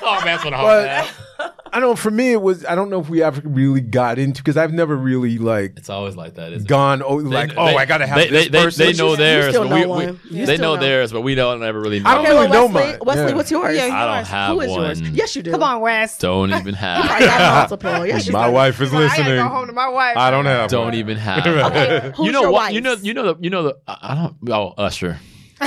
Speaker 5: Oh, that's what I
Speaker 2: But I don't. For me, it was. I don't know if we ever really got into because I've never really like
Speaker 5: It's always like that, isn't it?
Speaker 2: gone. Oh,
Speaker 5: They-
Speaker 2: like oh,
Speaker 5: they-
Speaker 2: I gotta have
Speaker 5: they,
Speaker 2: this
Speaker 5: they,
Speaker 2: person.
Speaker 5: They, they know
Speaker 1: You
Speaker 5: theirs,
Speaker 1: still
Speaker 5: but we,
Speaker 1: know
Speaker 5: we-
Speaker 1: one. You
Speaker 5: they
Speaker 1: still
Speaker 5: know,
Speaker 1: know.
Speaker 5: theirs, but we don't ever really know.
Speaker 2: I don't really
Speaker 1: well,
Speaker 2: know
Speaker 1: Wesley,
Speaker 2: mine.
Speaker 1: Wesley
Speaker 2: Yeah.
Speaker 1: what's yours?
Speaker 3: Yeah, you-
Speaker 5: I don't
Speaker 3: yours.
Speaker 5: have
Speaker 1: Who is
Speaker 5: one.
Speaker 1: yours? Yes, you do.
Speaker 3: Come on, West.
Speaker 5: Don't
Speaker 1: (laughs)
Speaker 5: even
Speaker 1: I
Speaker 5: have.
Speaker 1: got multiple. Yes, you
Speaker 2: My
Speaker 1: do.
Speaker 2: wife is
Speaker 3: I gotta
Speaker 2: listening.
Speaker 3: go home to my wife.
Speaker 2: I don't have.
Speaker 5: Don't
Speaker 2: one.
Speaker 5: (laughs) even have.
Speaker 1: Who's
Speaker 5: (laughs) you know
Speaker 1: your
Speaker 5: what?
Speaker 1: wife?
Speaker 5: You know. You know the. You know the. I I don't. Oh, Usher.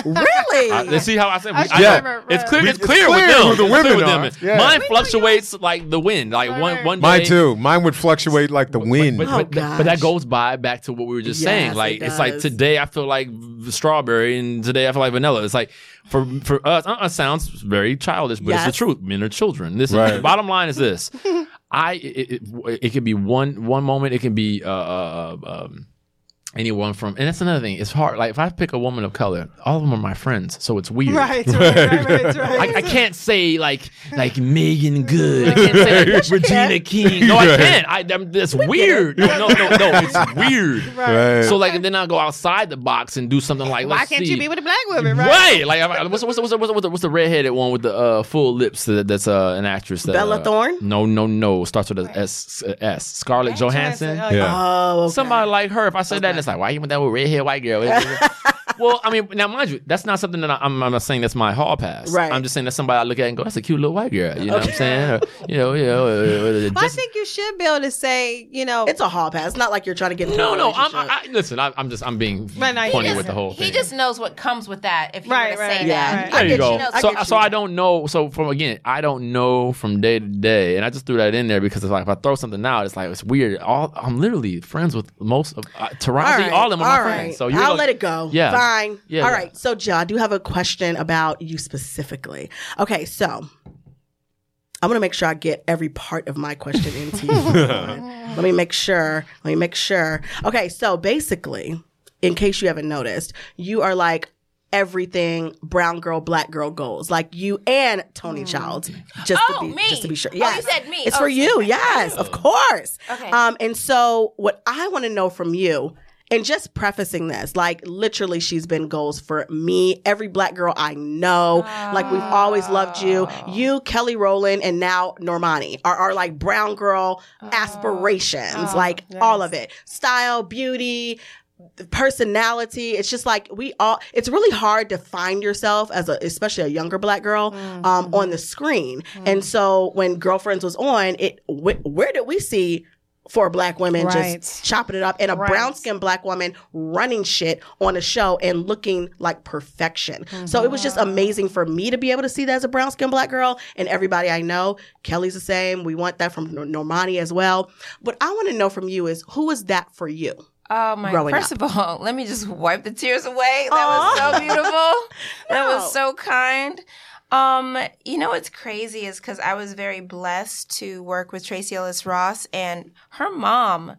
Speaker 1: really?
Speaker 5: I, Uh, let's see how I said. We,
Speaker 3: Usher,
Speaker 5: I,
Speaker 2: Yeah.
Speaker 5: yeah,
Speaker 3: right, right,
Speaker 5: it's
Speaker 3: right.
Speaker 5: clear.
Speaker 2: We-
Speaker 5: It's
Speaker 2: it's
Speaker 5: clear with
Speaker 2: clear
Speaker 5: them.
Speaker 2: who the
Speaker 5: It's clear
Speaker 2: women
Speaker 5: with
Speaker 2: are.
Speaker 5: them.
Speaker 2: Yeah.
Speaker 5: Mine fluctuates like the wind. Like one
Speaker 3: right.
Speaker 5: one day.
Speaker 2: Mine too. Mine would fluctuate like the wind.
Speaker 5: But, but,
Speaker 1: Oh,
Speaker 5: but
Speaker 1: gosh.
Speaker 5: that goes by back to what we were just
Speaker 1: Yes,
Speaker 5: saying.
Speaker 1: it
Speaker 5: Like it's like
Speaker 1: does.
Speaker 5: today I feel like v- strawberry and today I feel like vanilla. It's like for for us, uh, uh sounds very childish, but it's
Speaker 1: Yes.
Speaker 5: the truth. Men are children. This
Speaker 2: Right.
Speaker 5: is, the bottom line
Speaker 1: (laughs)
Speaker 5: is this. I it, it, it could be one one moment. It can be uh, uh, uh, um, anyone from, and that's another thing. It's hard. Like if I pick a woman of color, all of them are my friends, so it's weird.
Speaker 3: Right, right, right, right, right.
Speaker 5: I, I can't say like
Speaker 3: (laughs)
Speaker 5: like Megan Good. I can't say like Regina King. No, I
Speaker 2: Right.
Speaker 5: can't. I, I'm, that's weird. No, no, no, no.
Speaker 3: (laughs)
Speaker 5: It's weird.
Speaker 2: Right.
Speaker 5: So like, then I'll go outside the box and do something like.
Speaker 3: Why
Speaker 5: let's
Speaker 3: can't
Speaker 5: see.
Speaker 3: you be with a black woman, right?
Speaker 5: Right, like I- I- what's what's what's what's, what's, the, what's the redheaded one with the uh, full lips that, that's uh, an actress? That,
Speaker 1: Bella
Speaker 5: uh,
Speaker 1: Thorne?
Speaker 5: No, no, no. Starts with a S S. Scarlett Johansson.
Speaker 3: Oh,
Speaker 2: yeah.
Speaker 1: oh, okay.
Speaker 5: Somebody like her, if I said that, and it's like, why you want that with red hair, white girl? (laughs) well, I mean, now mind you, that's not something that I, I'm, I'm not saying that's my hall pass.
Speaker 1: Right.
Speaker 5: I'm just saying that's somebody I look at and go, that's a cute little white girl. You know what I'm saying? Or, you know, you know. uh, uh,
Speaker 3: Well, I
Speaker 5: just-
Speaker 3: think you should be able to say, you know,
Speaker 1: It's a hall pass. It's not like you're trying to get into
Speaker 5: no,
Speaker 1: a
Speaker 5: no. I'm,
Speaker 1: relationship.
Speaker 5: I, I, listen, I, I'm just I'm being
Speaker 3: Right, no, he
Speaker 5: funny
Speaker 3: just-
Speaker 5: with the whole thing.
Speaker 4: He just knows what comes with that. If you
Speaker 3: Right,
Speaker 4: were to
Speaker 3: right,
Speaker 4: say
Speaker 1: yeah.
Speaker 4: that,
Speaker 1: I
Speaker 5: there you
Speaker 1: get
Speaker 5: go.
Speaker 1: you. No, I
Speaker 5: so,
Speaker 1: get you.
Speaker 5: so I don't know. So from again, I don't know from day to day, and I just threw that in there because it's like if I throw something out, it's like it's weird. All I'm literally friends with most of uh, Taraji, all, them are my
Speaker 1: all
Speaker 5: friends.
Speaker 1: right.
Speaker 5: So you're
Speaker 1: I'll
Speaker 5: like-
Speaker 1: let it go. Fine.
Speaker 5: Yeah. Yeah,
Speaker 1: all
Speaker 5: yeah.
Speaker 1: right. So, Ja, I do have a question about you specifically. Okay, so I'm gonna make sure I get every part of my question into
Speaker 4: (laughs)
Speaker 1: you. let me make sure. Let me make sure. Okay, so basically, in case you haven't noticed, you are like everything brown girl, black girl goals. Like you and Tony Childs. Just
Speaker 4: Mm. Oh,
Speaker 1: to be
Speaker 4: me.
Speaker 1: just to be sure.
Speaker 4: Oh, you
Speaker 1: Yes.
Speaker 4: said me.
Speaker 1: It's
Speaker 4: Oh,
Speaker 1: for
Speaker 4: so
Speaker 1: you, yes, of course.
Speaker 4: Okay.
Speaker 1: Um, and so what I want to know from you, and just prefacing this, like literally she's been goals for me, every black girl I know. Like we've always loved you. You, Kelly Rowland, and now Normani are, are like brown girl aspirations, like all of it. Style, beauty, personality. It's just like we all. It's really hard to find yourself as a, especially a younger black girl,
Speaker 3: Mm-hmm.
Speaker 1: um, on the screen. And so when Girlfriends was on, it wh- where did we see four black women
Speaker 3: Right.
Speaker 1: just chopping it up and a
Speaker 3: Right.
Speaker 1: brown skinned black woman running shit on a show and looking like perfection. So it was
Speaker 3: Mm-hmm.
Speaker 1: just amazing for me to be able to see that as a brown skinned black girl and everybody I know. Kelly's the same. We want that from Nor- Normani as well. What I want to know from you is who is that for you?
Speaker 4: Oh my!
Speaker 1: growing
Speaker 4: first of all, (laughs) let me just wipe the tears away. That
Speaker 1: (laughs)
Speaker 4: was so beautiful. That
Speaker 1: No.
Speaker 4: was so kind. Um, you know what's crazy is because I was very blessed to work with Tracy Ellis Ross and her mom.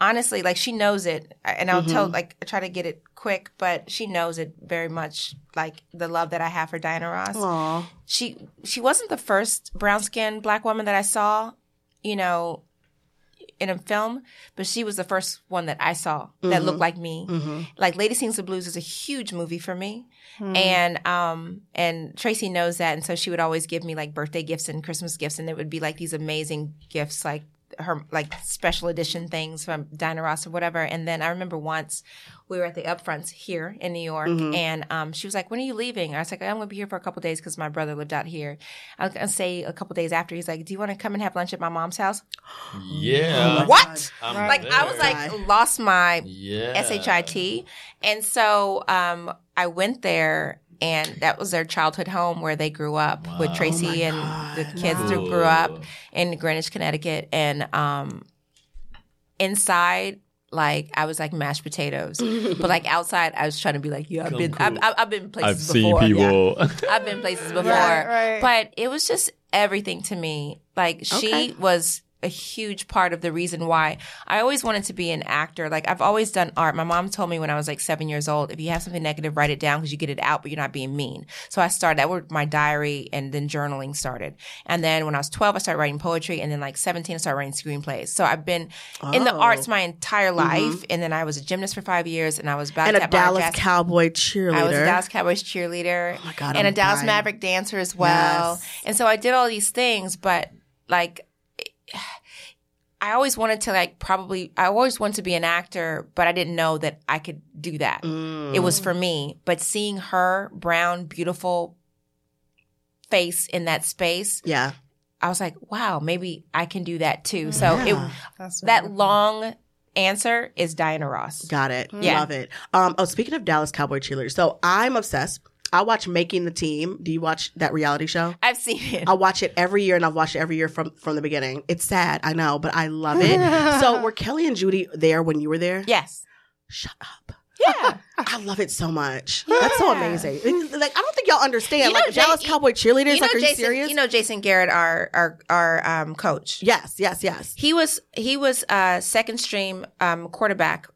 Speaker 4: Honestly, like she knows it, and I'll tell
Speaker 1: Mm-hmm.
Speaker 4: like I try to get it quick, but she knows it very much. Like the love that I have for Diana Ross
Speaker 1: Aw.
Speaker 4: she she wasn't the first brown skinned black woman that I saw, you know, in a film, but she was the first one that I saw that looked like me. Like Lady Sings the Blues is a huge movie for me. And um and Tracy knows that and so she would always give me like birthday gifts and Christmas gifts and it would be like these amazing gifts like her like special edition things from Dinah Ross or whatever. And then I remember once we were at the upfronts here in New York, and um, she was like, "When are you leaving?" I was like, "I'm going to be here for a couple days because my brother lived out here." I was going to say a couple days after, he's like, "Do you want to come and have lunch at my mom's house?"
Speaker 1: Oh
Speaker 5: yeah.
Speaker 4: What?
Speaker 5: I'm
Speaker 4: like I was like, lost my
Speaker 5: Yeah.
Speaker 4: S H I T. And so um, I went there, and that was their childhood home where they grew up
Speaker 5: Oh
Speaker 4: with Tracy and the kids who grew up in Greenwich, Connecticut. And um, inside, like I was like mashed potatoes, but like outside, I was trying to be like, yeah, I've been, I've, I've, I've been places
Speaker 5: I've seen
Speaker 4: before. Yeah.
Speaker 5: people.
Speaker 4: I've been places before.
Speaker 3: Right, right.
Speaker 4: But it was just everything to me. Like she was a huge part of the reason why I always wanted to be an actor. Like I've always done art. My mom told me when I was like seven years old, if you have something negative, write it down because you get it out, but you're not being mean. So I started that were my diary and then journaling started. And then when I was 12, I started writing poetry. And then like 17, I started writing screenplays. So I've been in the
Speaker 1: Oh. Mm-hmm.
Speaker 4: arts my entire life. And then I was a gymnast for five years and I was back
Speaker 1: and a
Speaker 4: at Barnum
Speaker 1: Dallas
Speaker 4: Jackson.
Speaker 1: Cowboy cheerleader. Oh
Speaker 4: I was a Dallas Cowboys cheerleader.
Speaker 1: my God,
Speaker 4: and
Speaker 1: I'm
Speaker 4: a Dallas
Speaker 1: dying.
Speaker 4: Maverick dancer as well.
Speaker 1: Yes.
Speaker 4: And so I did all these things, but like I always wanted to like probably I always wanted to be an actor, but I didn't know that I could do that.
Speaker 1: Mm.
Speaker 4: It was for me. But seeing her brown, beautiful face in that space,
Speaker 1: yeah.
Speaker 4: I was like, wow, maybe I can do that too. So
Speaker 1: Mm. Yeah.
Speaker 4: it that long answer is Diana Ross.
Speaker 1: Got it.
Speaker 4: Yeah.
Speaker 1: Love it. Um, oh, speaking of Dallas Cowboy cheerleaders, so I'm obsessed. I watch Making the Team. Do you watch that reality show?
Speaker 4: I've seen it.
Speaker 1: I watch it every year, and I've watched it every year from from the beginning. It's sad, I know, but I love it.
Speaker 4: (laughs)
Speaker 1: so, were Kelly and Judy there when you were there?
Speaker 4: yes.
Speaker 1: Shut up.
Speaker 4: Yeah.
Speaker 1: (laughs) I love it so much. That's so amazing. And, like, I don't think y'all understand.
Speaker 4: You know,
Speaker 1: like,
Speaker 4: Jay-
Speaker 1: Dallas Cowboy cheerleaders. like, are
Speaker 4: Jason,
Speaker 1: you serious?
Speaker 4: You know Jason Garrett, our our our um, coach.
Speaker 1: yes, yes, yes.
Speaker 4: He was he was uh, second stream um, quarterback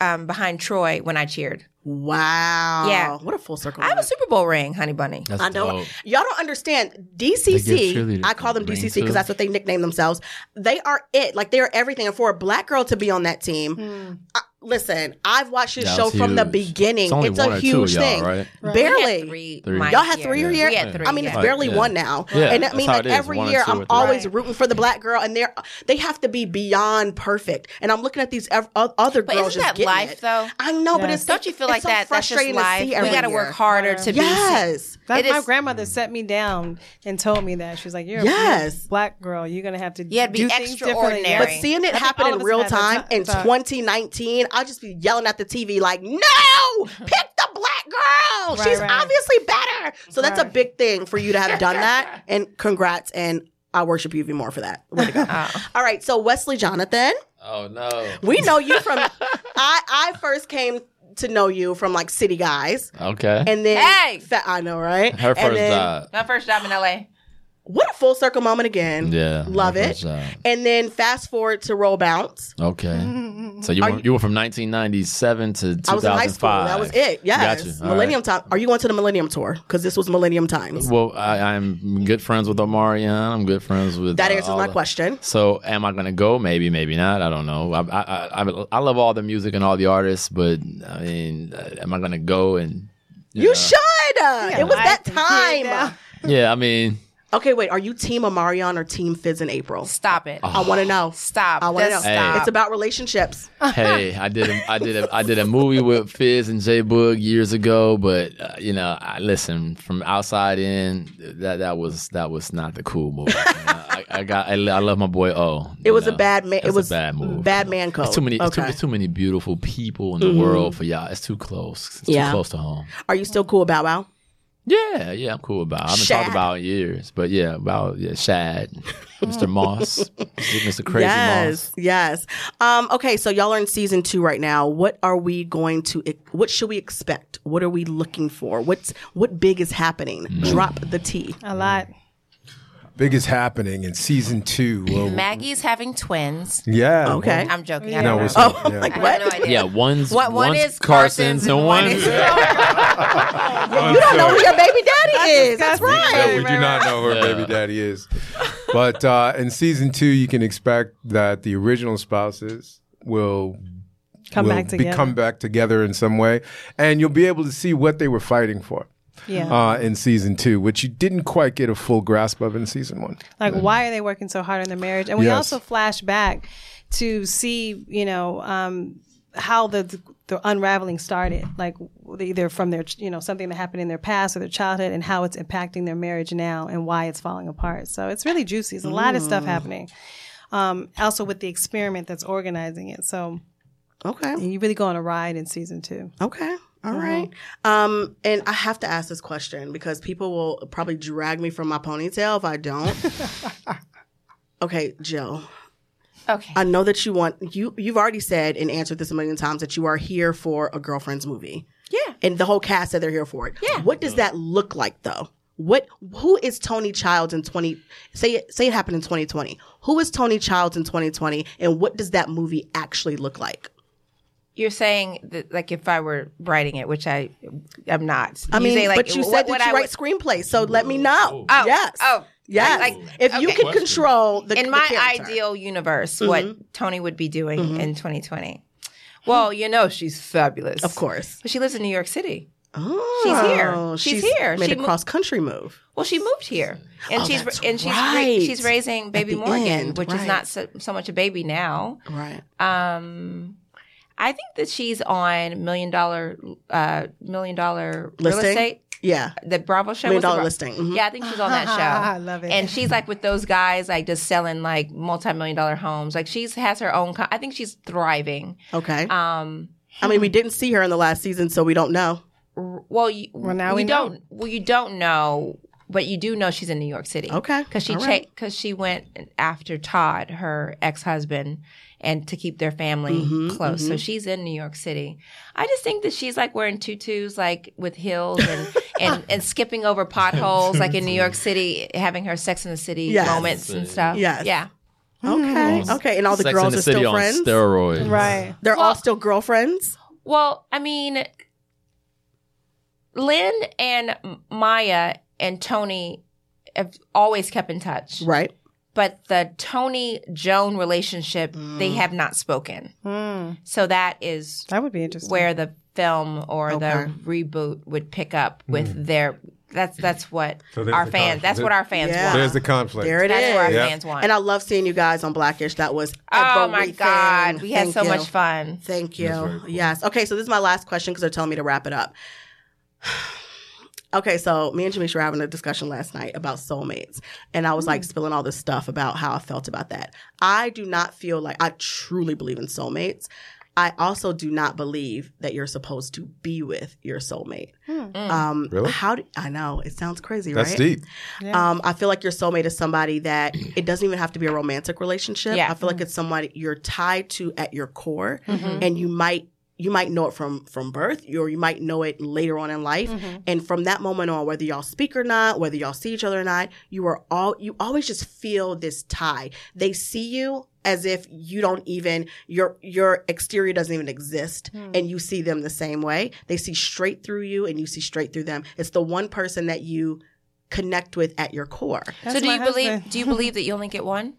Speaker 4: um, behind Troy when I cheered.
Speaker 1: Wow.
Speaker 4: Yeah.
Speaker 1: What a full circle.
Speaker 4: I have a
Speaker 1: moment.
Speaker 4: Super Bowl ring, Honey Bunny.
Speaker 5: (laughs) That's
Speaker 1: I know.
Speaker 5: dope.
Speaker 1: Y'all don't understand.
Speaker 5: They give
Speaker 1: DCC,
Speaker 5: cheerleaders
Speaker 1: I call them
Speaker 5: the ring,
Speaker 1: DCC because
Speaker 5: too.
Speaker 1: that's what they nickname themselves. They are it. Like they are everything. And for a black girl to be on that team,
Speaker 3: Hmm.
Speaker 1: I- listen, I've watched this
Speaker 5: That
Speaker 1: show
Speaker 5: was
Speaker 1: from the
Speaker 5: huge.
Speaker 1: beginning.
Speaker 5: It's only
Speaker 1: a
Speaker 5: one or
Speaker 1: huge
Speaker 5: two of y'all,
Speaker 1: thing.
Speaker 5: right?
Speaker 4: We had
Speaker 1: Barely.
Speaker 4: three.
Speaker 5: Three.
Speaker 4: my
Speaker 1: Y'all had three
Speaker 5: year.
Speaker 1: a year.
Speaker 4: We had three.
Speaker 1: I mean, it's
Speaker 4: yeah.
Speaker 5: very-
Speaker 1: barely
Speaker 5: Yeah.
Speaker 1: one now,
Speaker 5: Yeah,
Speaker 1: and I
Speaker 5: that's
Speaker 1: mean,
Speaker 5: how
Speaker 1: like
Speaker 5: it is,
Speaker 1: every
Speaker 5: one or
Speaker 1: year,
Speaker 5: two or
Speaker 1: I'm
Speaker 5: three.
Speaker 1: always
Speaker 4: Right.
Speaker 1: rooting for the black girl, and they're they have to be beyond perfect. And I'm looking at these ev- o- other
Speaker 4: But
Speaker 1: girls
Speaker 4: isn't
Speaker 1: just
Speaker 4: that
Speaker 1: getting
Speaker 4: life,
Speaker 1: it.
Speaker 4: though?
Speaker 1: I know, but
Speaker 3: Yes.
Speaker 1: it's
Speaker 4: Don't you feel
Speaker 1: it's
Speaker 4: like
Speaker 1: so
Speaker 4: that? That's just
Speaker 1: frustrating to
Speaker 4: life.
Speaker 1: see
Speaker 4: We
Speaker 1: every
Speaker 4: got to
Speaker 1: year.
Speaker 4: work harder to be.
Speaker 1: Yes.
Speaker 4: It
Speaker 3: That, my
Speaker 4: is-
Speaker 3: grandmother set me down and told me that she was like, "You're
Speaker 1: Yes.
Speaker 3: a black girl. You're gonna have to
Speaker 4: You had to
Speaker 3: do
Speaker 4: be
Speaker 3: things
Speaker 4: extraordinary."
Speaker 3: differently."
Speaker 1: But
Speaker 4: Right.
Speaker 1: seeing it
Speaker 3: I think
Speaker 1: happen
Speaker 3: all
Speaker 1: in
Speaker 3: of us
Speaker 1: real
Speaker 3: had that
Speaker 1: time
Speaker 3: ti-
Speaker 1: in
Speaker 3: thought.
Speaker 1: 2019, I'll just be yelling at the TV like, "No, pick the black girl.
Speaker 3: Right,
Speaker 1: She's
Speaker 3: right.
Speaker 1: obviously better." So that's a
Speaker 3: Right.
Speaker 1: big thing for you to have done
Speaker 3: (laughs)
Speaker 1: that. And congrats, and I worship you even more for that. Way to
Speaker 3: (laughs)
Speaker 1: go!
Speaker 3: Oh.
Speaker 1: All right, so Wesley Jonathan,
Speaker 5: Oh no.
Speaker 1: we know you
Speaker 3: (laughs)
Speaker 1: from. I I first came to know you from like City Guys,
Speaker 5: Okay.
Speaker 1: and then
Speaker 4: Hey!
Speaker 1: Fa- I know right.
Speaker 5: Her
Speaker 1: And
Speaker 5: first
Speaker 1: then-
Speaker 5: job.
Speaker 4: My first job in L.A.
Speaker 1: What a full circle moment again.
Speaker 5: Yeah.
Speaker 1: love
Speaker 5: her
Speaker 1: it.
Speaker 5: first job.
Speaker 1: And then fast forward to Roll Bounce. (laughs)
Speaker 5: Okay. So you were, you were from 1997 to 2005.
Speaker 1: I was in high school. That was it. Yes.
Speaker 5: Gotcha. All
Speaker 1: Millennium
Speaker 5: right.
Speaker 1: time. Are you going to the Millennium tour? Because this was Millennium times.
Speaker 5: Well, I, I'm good friends with Omarion. I'm good friends with
Speaker 1: That
Speaker 5: uh,
Speaker 1: answers
Speaker 5: all
Speaker 1: my
Speaker 5: the-
Speaker 1: question.
Speaker 5: So, am I going to go? Maybe, maybe not. I don't know. I, I, I- I, I love all the music and all the artists, but I mean, uh, am I going to go? And
Speaker 1: You should. it was that time.
Speaker 5: yeah, I mean,
Speaker 1: Okay, wait. Are you Team Amarion or Team Fizz in April?
Speaker 4: Stop it.
Speaker 1: I want to know.
Speaker 4: Stop.
Speaker 1: I want to know.
Speaker 4: Just stop.
Speaker 1: It's about relationships.
Speaker 5: hey, I did a, I did a, I did a movie with Fizz and J Boog years ago, but uh, you know, I, listen from outside in that that was that was not the cool move. You know, I, I got I, I love my boy O.
Speaker 1: It was a bad man. It was
Speaker 5: bad move.
Speaker 1: Bad man code.
Speaker 5: It's too many. It's, too,
Speaker 1: Okay. Mm-hmm.
Speaker 5: it's too many beautiful people in the world for y'all. It's too close. It's
Speaker 1: Yeah.
Speaker 5: too close to home.
Speaker 1: Are you still cool, Bow Wow?
Speaker 5: Yeah, yeah, I'm cool about. It. I haven't
Speaker 1: Shad.
Speaker 5: talked about it in years, but yeah, about yeah, Shad,
Speaker 1: (laughs)
Speaker 5: Mr. Moss, Mr. Crazy
Speaker 1: yes,
Speaker 5: Moss.
Speaker 1: yes. Um, okay, so y'all are in season two right now. What are we going to? e, What should we expect? What are we looking for? What's what big is happening? Drop the T.
Speaker 3: A lot.
Speaker 2: Big is happening in season two. Well,
Speaker 4: Maggie's having twins.
Speaker 2: yeah.
Speaker 1: Okay.
Speaker 4: I'm joking.
Speaker 2: Well,
Speaker 4: I don't
Speaker 2: no,
Speaker 4: know.
Speaker 2: it's
Speaker 1: Oh,
Speaker 2: yeah.
Speaker 1: like
Speaker 4: I
Speaker 1: what?
Speaker 4: have no idea.
Speaker 5: Yeah, Uh, one's
Speaker 4: What one
Speaker 5: one's
Speaker 4: is
Speaker 5: Carson's and one
Speaker 4: is-
Speaker 5: is (laughs)
Speaker 2: Oh,
Speaker 1: You don't know who your baby daddy is. That's
Speaker 2: No,
Speaker 1: right.
Speaker 2: we do not know who her baby daddy is. (laughs) But uh, in season two, you can expect that the original spouses will
Speaker 3: Come
Speaker 2: will
Speaker 3: back
Speaker 2: be-
Speaker 3: together.
Speaker 2: come back together in some way, and you'll be able to see what they were fighting for.
Speaker 3: yeah.
Speaker 2: Uh, in season two, which you didn't quite get a full grasp of in season one.
Speaker 3: Like, why are they working so hard on their marriage? And we
Speaker 2: Yes.
Speaker 3: also flash back to see, you know, um, how the the unraveling started, like either from their, you know, something that happened in their past or their childhood, and how it's impacting their marriage now, and why it's falling apart. So it's really juicy. It's a lot of stuff happening. Um, also with the experiment that's organizing it. So
Speaker 1: Okay.
Speaker 3: and you really go on a ride in season two.
Speaker 1: Okay. All right. Um, and I have to ask this question because people will probably drag me from my ponytail if I (laughs) don't. okay, Jill.
Speaker 4: Okay.
Speaker 1: I know that you want you you've already said and answered this a million times that you are here for a girlfriend's movie.
Speaker 4: Yeah.
Speaker 1: And the whole cast said they're here for it. Yeah. What does that look like though? What who is Tony Childs in 20 say it say it happened in 2020. Who is Tony Childs in 2020 and what does that movie actually look like?
Speaker 4: You're saying that, like, if I were writing it, which I, I'm not.
Speaker 1: I mean,
Speaker 4: say, like,
Speaker 1: but you
Speaker 4: what
Speaker 1: said
Speaker 4: would
Speaker 1: that you
Speaker 4: I
Speaker 1: write
Speaker 4: would-
Speaker 1: screenplays, so let me know.
Speaker 4: Oh,
Speaker 1: yes.
Speaker 4: oh,
Speaker 1: yes.
Speaker 4: like-
Speaker 1: if you
Speaker 4: okay.
Speaker 1: could control the
Speaker 4: in
Speaker 1: the
Speaker 4: my
Speaker 1: character. Mm-hmm.
Speaker 4: ideal universe, what Tony would be doing in 2020. Well, you know, she's fabulous,
Speaker 1: Of course.
Speaker 4: But she lives in New York City.
Speaker 1: Oh,
Speaker 4: here. She's here.
Speaker 1: Made
Speaker 4: She
Speaker 1: a
Speaker 4: mo-
Speaker 1: cross country move.
Speaker 4: Well, she moved here, and she's
Speaker 1: Oh, that's
Speaker 4: and she's ra-
Speaker 1: right.
Speaker 4: she's raising baby
Speaker 1: the
Speaker 4: Morgan,
Speaker 1: end,
Speaker 4: which
Speaker 1: right.
Speaker 4: is not so, so much a baby now.
Speaker 1: Right.
Speaker 4: Um, I think that she's on million dollar uh, million dollar
Speaker 1: Listing?
Speaker 4: real estate.
Speaker 1: Yeah.
Speaker 4: The Bravo show,
Speaker 1: Million
Speaker 4: What's the
Speaker 1: dollar
Speaker 4: Bra-
Speaker 1: listing. Mhm.
Speaker 4: Yeah, I think she's on that show.
Speaker 1: (laughs)
Speaker 3: I love it.
Speaker 4: And she's like with those guys, like just selling like multi million dollar homes. Like she's has her own. Co- I think she's thriving.
Speaker 1: Okay.
Speaker 4: Um,
Speaker 1: I mean, we didn't see her in the last season, so we don't know.
Speaker 4: r- well, you,
Speaker 3: Well, now
Speaker 4: you
Speaker 3: we know.
Speaker 4: don't. Well, you don't know, but you do know she's in New York City.
Speaker 1: Okay.
Speaker 4: because she
Speaker 1: All
Speaker 4: because
Speaker 1: right.
Speaker 4: she went after Todd, her ex husband, and to keep their family
Speaker 1: Mm-hmm,
Speaker 4: close. So she's in New York City. I just think that she's like wearing tutus, like with heels and
Speaker 1: (laughs)
Speaker 4: and, and skipping over potholes, like in New York City, having her Sex in the City
Speaker 1: Yes.
Speaker 4: moments and stuff.
Speaker 1: Yes.
Speaker 4: yeah.
Speaker 1: Okay. Okay. And all the
Speaker 5: Sex
Speaker 1: girls
Speaker 5: in the
Speaker 1: are
Speaker 5: City
Speaker 1: still
Speaker 5: on
Speaker 1: friends.
Speaker 5: steroids.
Speaker 3: right.
Speaker 1: They're all still girlfriends.
Speaker 4: Well, I mean, Lynn and Maya and Tony have always kept in touch.
Speaker 1: Right.
Speaker 4: but the Tony Joan relationship, they
Speaker 1: Mm.
Speaker 4: have not spoken. So that is
Speaker 3: Mm. That would be interesting.
Speaker 4: where the film or
Speaker 1: Okay.
Speaker 4: the reboot would pick up with their. That's that's what
Speaker 2: So there's
Speaker 4: our
Speaker 2: the
Speaker 4: fans.
Speaker 2: conflict.
Speaker 4: That's what our fans
Speaker 1: Yeah.
Speaker 4: want.
Speaker 2: There's the conflict.
Speaker 1: There it is.
Speaker 4: That's what our
Speaker 2: Yeah.
Speaker 4: fans want.
Speaker 1: And I love seeing you guys on Blackish. That was
Speaker 4: oh my
Speaker 1: everything.
Speaker 4: god, we had
Speaker 1: Thank
Speaker 4: so
Speaker 1: you.
Speaker 4: much fun.
Speaker 1: Thank you.
Speaker 2: very cool.
Speaker 1: Yes. Okay. So this is my last question because they're telling me to wrap it up. (sighs) okay. So me and Jamisha were having a discussion last night about soulmates, and I was like spilling all this stuff about how I felt about that. I do not feel like I truly believe in soulmates. I also do not believe that you're supposed to be with your soulmate. Um,
Speaker 2: Really?
Speaker 1: How do I know? It sounds crazy,
Speaker 2: That's
Speaker 1: right?
Speaker 2: deep.
Speaker 1: Um, I feel like your soulmate is somebody that it doesn't even have to be a romantic relationship.
Speaker 4: Yeah.
Speaker 1: I feel like it's somebody you're tied to at your core,
Speaker 3: Mm-hmm.
Speaker 1: and you might you might know it from from birth, or you might know it later on in life. And from that moment on, whether y'all speak or not, whether y'all see each other or not, you are all you always just feel this tie. They see you as if you don't even your your exterior doesn't even exist and you see them the same way they see straight through you and you see straight through them it's the one person that you connect with at your core.
Speaker 4: so do you believe? Do you believe that you only get one?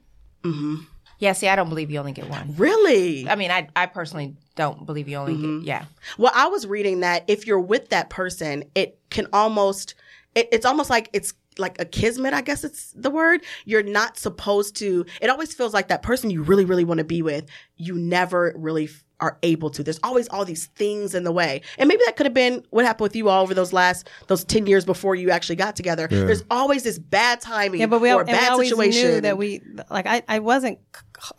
Speaker 4: Mm-hmm. Yeah. See, I don't believe you only get one.
Speaker 1: Really?
Speaker 4: I mean, I I personally don't believe you only
Speaker 1: Mm-hmm.
Speaker 4: get. Yeah.
Speaker 1: Well, I was reading that if you're with that person, it can almost it, it's almost like it's like a kismet, I guess it's the word. You're not supposed to. It always feels like that person you really really want to be with, you never really f- are able to. There's always all these things in the way. And maybe that could have been what happened with you all over those last those 10 years before you actually got together. There's always this bad timing
Speaker 3: Yeah, but we,
Speaker 1: or a
Speaker 3: and we
Speaker 1: bad
Speaker 3: always
Speaker 1: situation.
Speaker 3: knew that we like I, I wasn't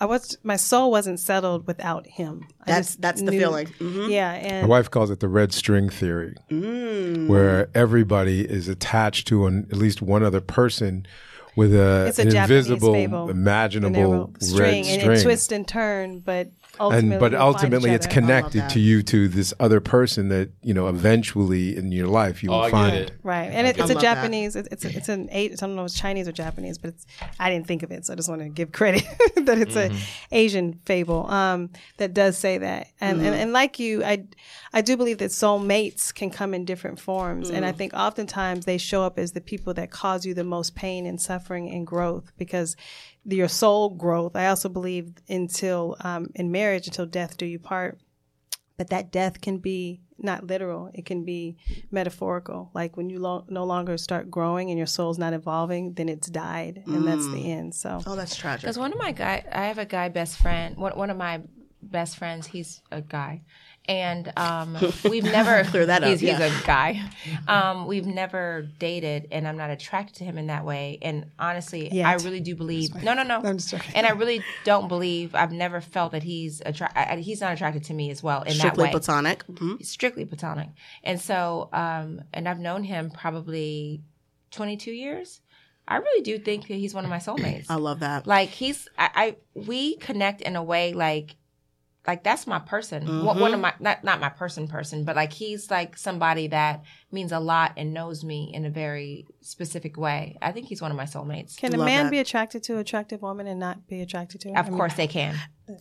Speaker 3: I was my soul wasn't settled without him. I
Speaker 1: That's-
Speaker 3: just
Speaker 1: that's the
Speaker 3: knew-
Speaker 1: feeling. Mm-hmm.
Speaker 3: Yeah,
Speaker 2: My
Speaker 3: and
Speaker 2: wife calls it the red string theory,
Speaker 3: Mm.
Speaker 1: Mm.
Speaker 2: where everybody is attached to an, at least one other person with a,
Speaker 3: It's a
Speaker 2: an
Speaker 3: Japanese
Speaker 2: invisible,
Speaker 3: fable. and they were
Speaker 2: imaginable
Speaker 3: string
Speaker 2: red
Speaker 3: and,
Speaker 2: string.
Speaker 3: it twist and turn, but ultimately
Speaker 2: and but
Speaker 3: we'll find
Speaker 2: ultimately,
Speaker 3: each
Speaker 2: it's
Speaker 3: other.
Speaker 2: connected to you to this other person that you know. Eventually, in your life, you will
Speaker 5: Oh, I
Speaker 2: find
Speaker 5: get it.
Speaker 3: Right, and it, it's a
Speaker 1: love that.
Speaker 3: Japanese. It, it's a, it's an eight. I don't know if it's Chinese or Japanese, but it's, I didn't think of it, so I just want to give credit (laughs) that it's a Asian fable um, that does say that. And, and and like you, I I do believe that soulmates can come in different forms, and I think oftentimes they show up as the people that cause you the most pain and suffering and growth because your soul growth. I also believe until um, in marriage, until death do you part but that death can be not literal it can be metaphorical like when you lo- no longer start growing and your soul's not evolving then it's died and that's the end so
Speaker 1: oh, that's tragic.
Speaker 4: Because one of my guy, I have a guy best friend. One, one of my best friends, he's a guy, and
Speaker 1: (laughs)
Speaker 4: um, we've never
Speaker 1: Clear that up,
Speaker 4: he's,
Speaker 1: yeah. Mm-hmm.
Speaker 4: He's a guy. Um, we've never dated, and I'm not attracted to him in that way. And honestly, I really do believe. No, no, no. I'm sorry. And I really don't believe. I've never felt that he's attracted. He's not attracted to me as well in that
Speaker 1: Strictly
Speaker 4: way
Speaker 1: platonic. Mhm.
Speaker 4: strictly platonic. And so, um, and I've known him probably 22 years. I really do think
Speaker 1: (clears throat)
Speaker 4: that he's one of my soulmates.
Speaker 1: I love that.
Speaker 4: Like he's, I, I we connect in a way like like that's my person. One, one of my not not my person person, but like he's like somebody that means a lot and knows me in a very specific way. I think he's one of my soulmates.
Speaker 3: Can a
Speaker 1: Love
Speaker 3: man
Speaker 1: that.
Speaker 3: be attracted to an attractive woman and not be attracted to? her? I
Speaker 4: of
Speaker 3: mean,
Speaker 4: course they can.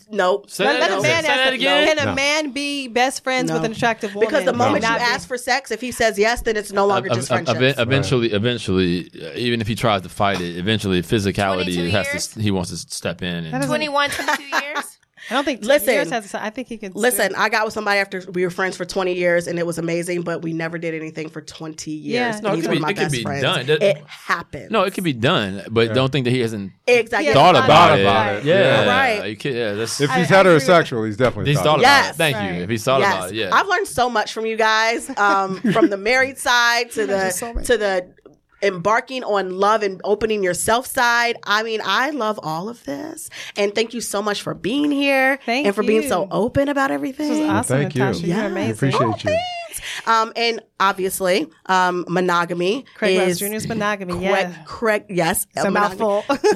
Speaker 1: Nope.
Speaker 5: Say that
Speaker 3: Let
Speaker 5: again.
Speaker 3: a man
Speaker 5: Say that
Speaker 3: ask
Speaker 5: again.
Speaker 3: Can a man be best friends with an attractive woman?
Speaker 1: Because the moment
Speaker 3: Not
Speaker 1: you
Speaker 3: be-
Speaker 1: ask for sex, if he says yes, then it's no longer just
Speaker 5: Ev- ev-
Speaker 1: friendship.
Speaker 5: ev- eventually, eventually, uh, even if he tries to fight it, eventually physicality
Speaker 4: 22
Speaker 5: has
Speaker 4: years?
Speaker 5: to. He wants to step in. And,
Speaker 3: doesn't-
Speaker 4: 21, 22 years.
Speaker 3: I don't think
Speaker 1: Listen.
Speaker 3: listen, years has. I think he can.
Speaker 1: Listen, I got with somebody after we were friends for 20 years and it was amazing, but we never did anything for 20 years.
Speaker 3: Yeah.
Speaker 1: And
Speaker 3: No,
Speaker 5: it
Speaker 1: he's
Speaker 5: could
Speaker 1: one
Speaker 5: be-
Speaker 1: of my
Speaker 5: it could
Speaker 1: best
Speaker 5: be
Speaker 1: friends.
Speaker 5: done. That-
Speaker 1: it happens.
Speaker 5: no, it can be done, but don't think that he hasn't
Speaker 1: Exactly.
Speaker 3: Yeah.
Speaker 5: thought
Speaker 3: Thought
Speaker 5: about,
Speaker 2: about
Speaker 5: it.
Speaker 2: it.
Speaker 5: Yeah,
Speaker 1: Yeah. Right.
Speaker 5: You can, yeah that's,
Speaker 2: If
Speaker 5: if
Speaker 2: he's
Speaker 3: I agree with
Speaker 2: heterosexual, he's definitely
Speaker 5: he's thought about
Speaker 1: Yes.
Speaker 5: it. Thank you.
Speaker 3: Right.
Speaker 5: If he's thought
Speaker 1: yes.
Speaker 5: about it, yeah.
Speaker 1: I've learned so much from you guys,
Speaker 5: (laughs)
Speaker 1: um, from the married side to the to the embarking on love and opening yourself side. I mean, I love all of this, and thank you so much for being here
Speaker 3: Thank
Speaker 1: and for being
Speaker 3: you.
Speaker 1: so open about everything.
Speaker 3: This is awesome,
Speaker 2: thank you.
Speaker 3: Natasha. You.
Speaker 2: Yeah.
Speaker 3: are
Speaker 2: We
Speaker 3: amazing.
Speaker 2: appreciate you.
Speaker 1: Um, and obviously, um, monogamy
Speaker 3: Craig Ross
Speaker 1: is
Speaker 3: Jr.'s monogamy.
Speaker 1: correct.
Speaker 3: yeah.
Speaker 1: Correct. Yes.
Speaker 3: It's a
Speaker 1: monogamy.
Speaker 3: mouthful.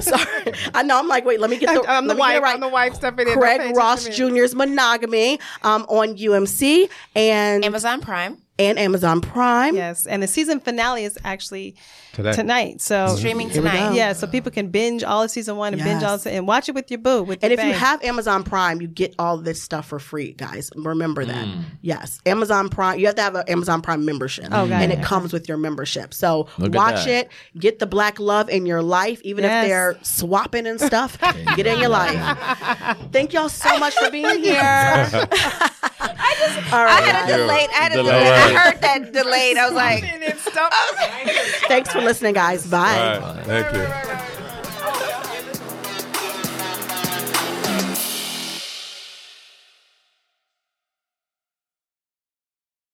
Speaker 1: (laughs) Sorry, I know. I'm like, wait. Let me get the.
Speaker 3: I'm the
Speaker 1: let me get it
Speaker 3: wife.
Speaker 1: right.
Speaker 3: I'm the wife stepping in. Don't pay
Speaker 1: Craig
Speaker 3: attention
Speaker 1: Ross
Speaker 3: to me.
Speaker 1: Jr.'s monogamy um, on UMC and
Speaker 4: Amazon Prime
Speaker 1: and Amazon Prime.
Speaker 3: Yes, and the season finale is actually
Speaker 2: Today.
Speaker 3: tonight. So
Speaker 4: streaming
Speaker 1: we go.
Speaker 4: tonight.
Speaker 3: Yeah, so people can binge all of season one and binge
Speaker 1: Yes.
Speaker 3: all of season, and watch it with your boo. With
Speaker 1: And
Speaker 3: your
Speaker 1: if you
Speaker 3: bae.
Speaker 1: have Amazon Prime, you get all this stuff for free, guys. Remember that.
Speaker 5: Mm.
Speaker 1: Yes, Amazon Prime. You have to have an Amazon Prime membership,
Speaker 3: Oh, got
Speaker 1: and
Speaker 3: it.
Speaker 1: it comes with your membership. So
Speaker 5: Look at
Speaker 1: watch
Speaker 5: that.
Speaker 1: it. Get the black love in your life, even
Speaker 3: Yes.
Speaker 1: if they're swapping and
Speaker 5: (laughs)
Speaker 1: stuff. get it in your life. Thank y'all so much for
Speaker 4: (laughs)
Speaker 1: being here. all
Speaker 4: I
Speaker 1: right.
Speaker 4: had a
Speaker 5: Yeah.
Speaker 4: delayed. I had a
Speaker 5: Delayed.
Speaker 4: delayed. (laughs) I heard that delayed. (laughs) I was like,
Speaker 1: Thanks for listening, guys. Bye.
Speaker 2: All right. Thank you.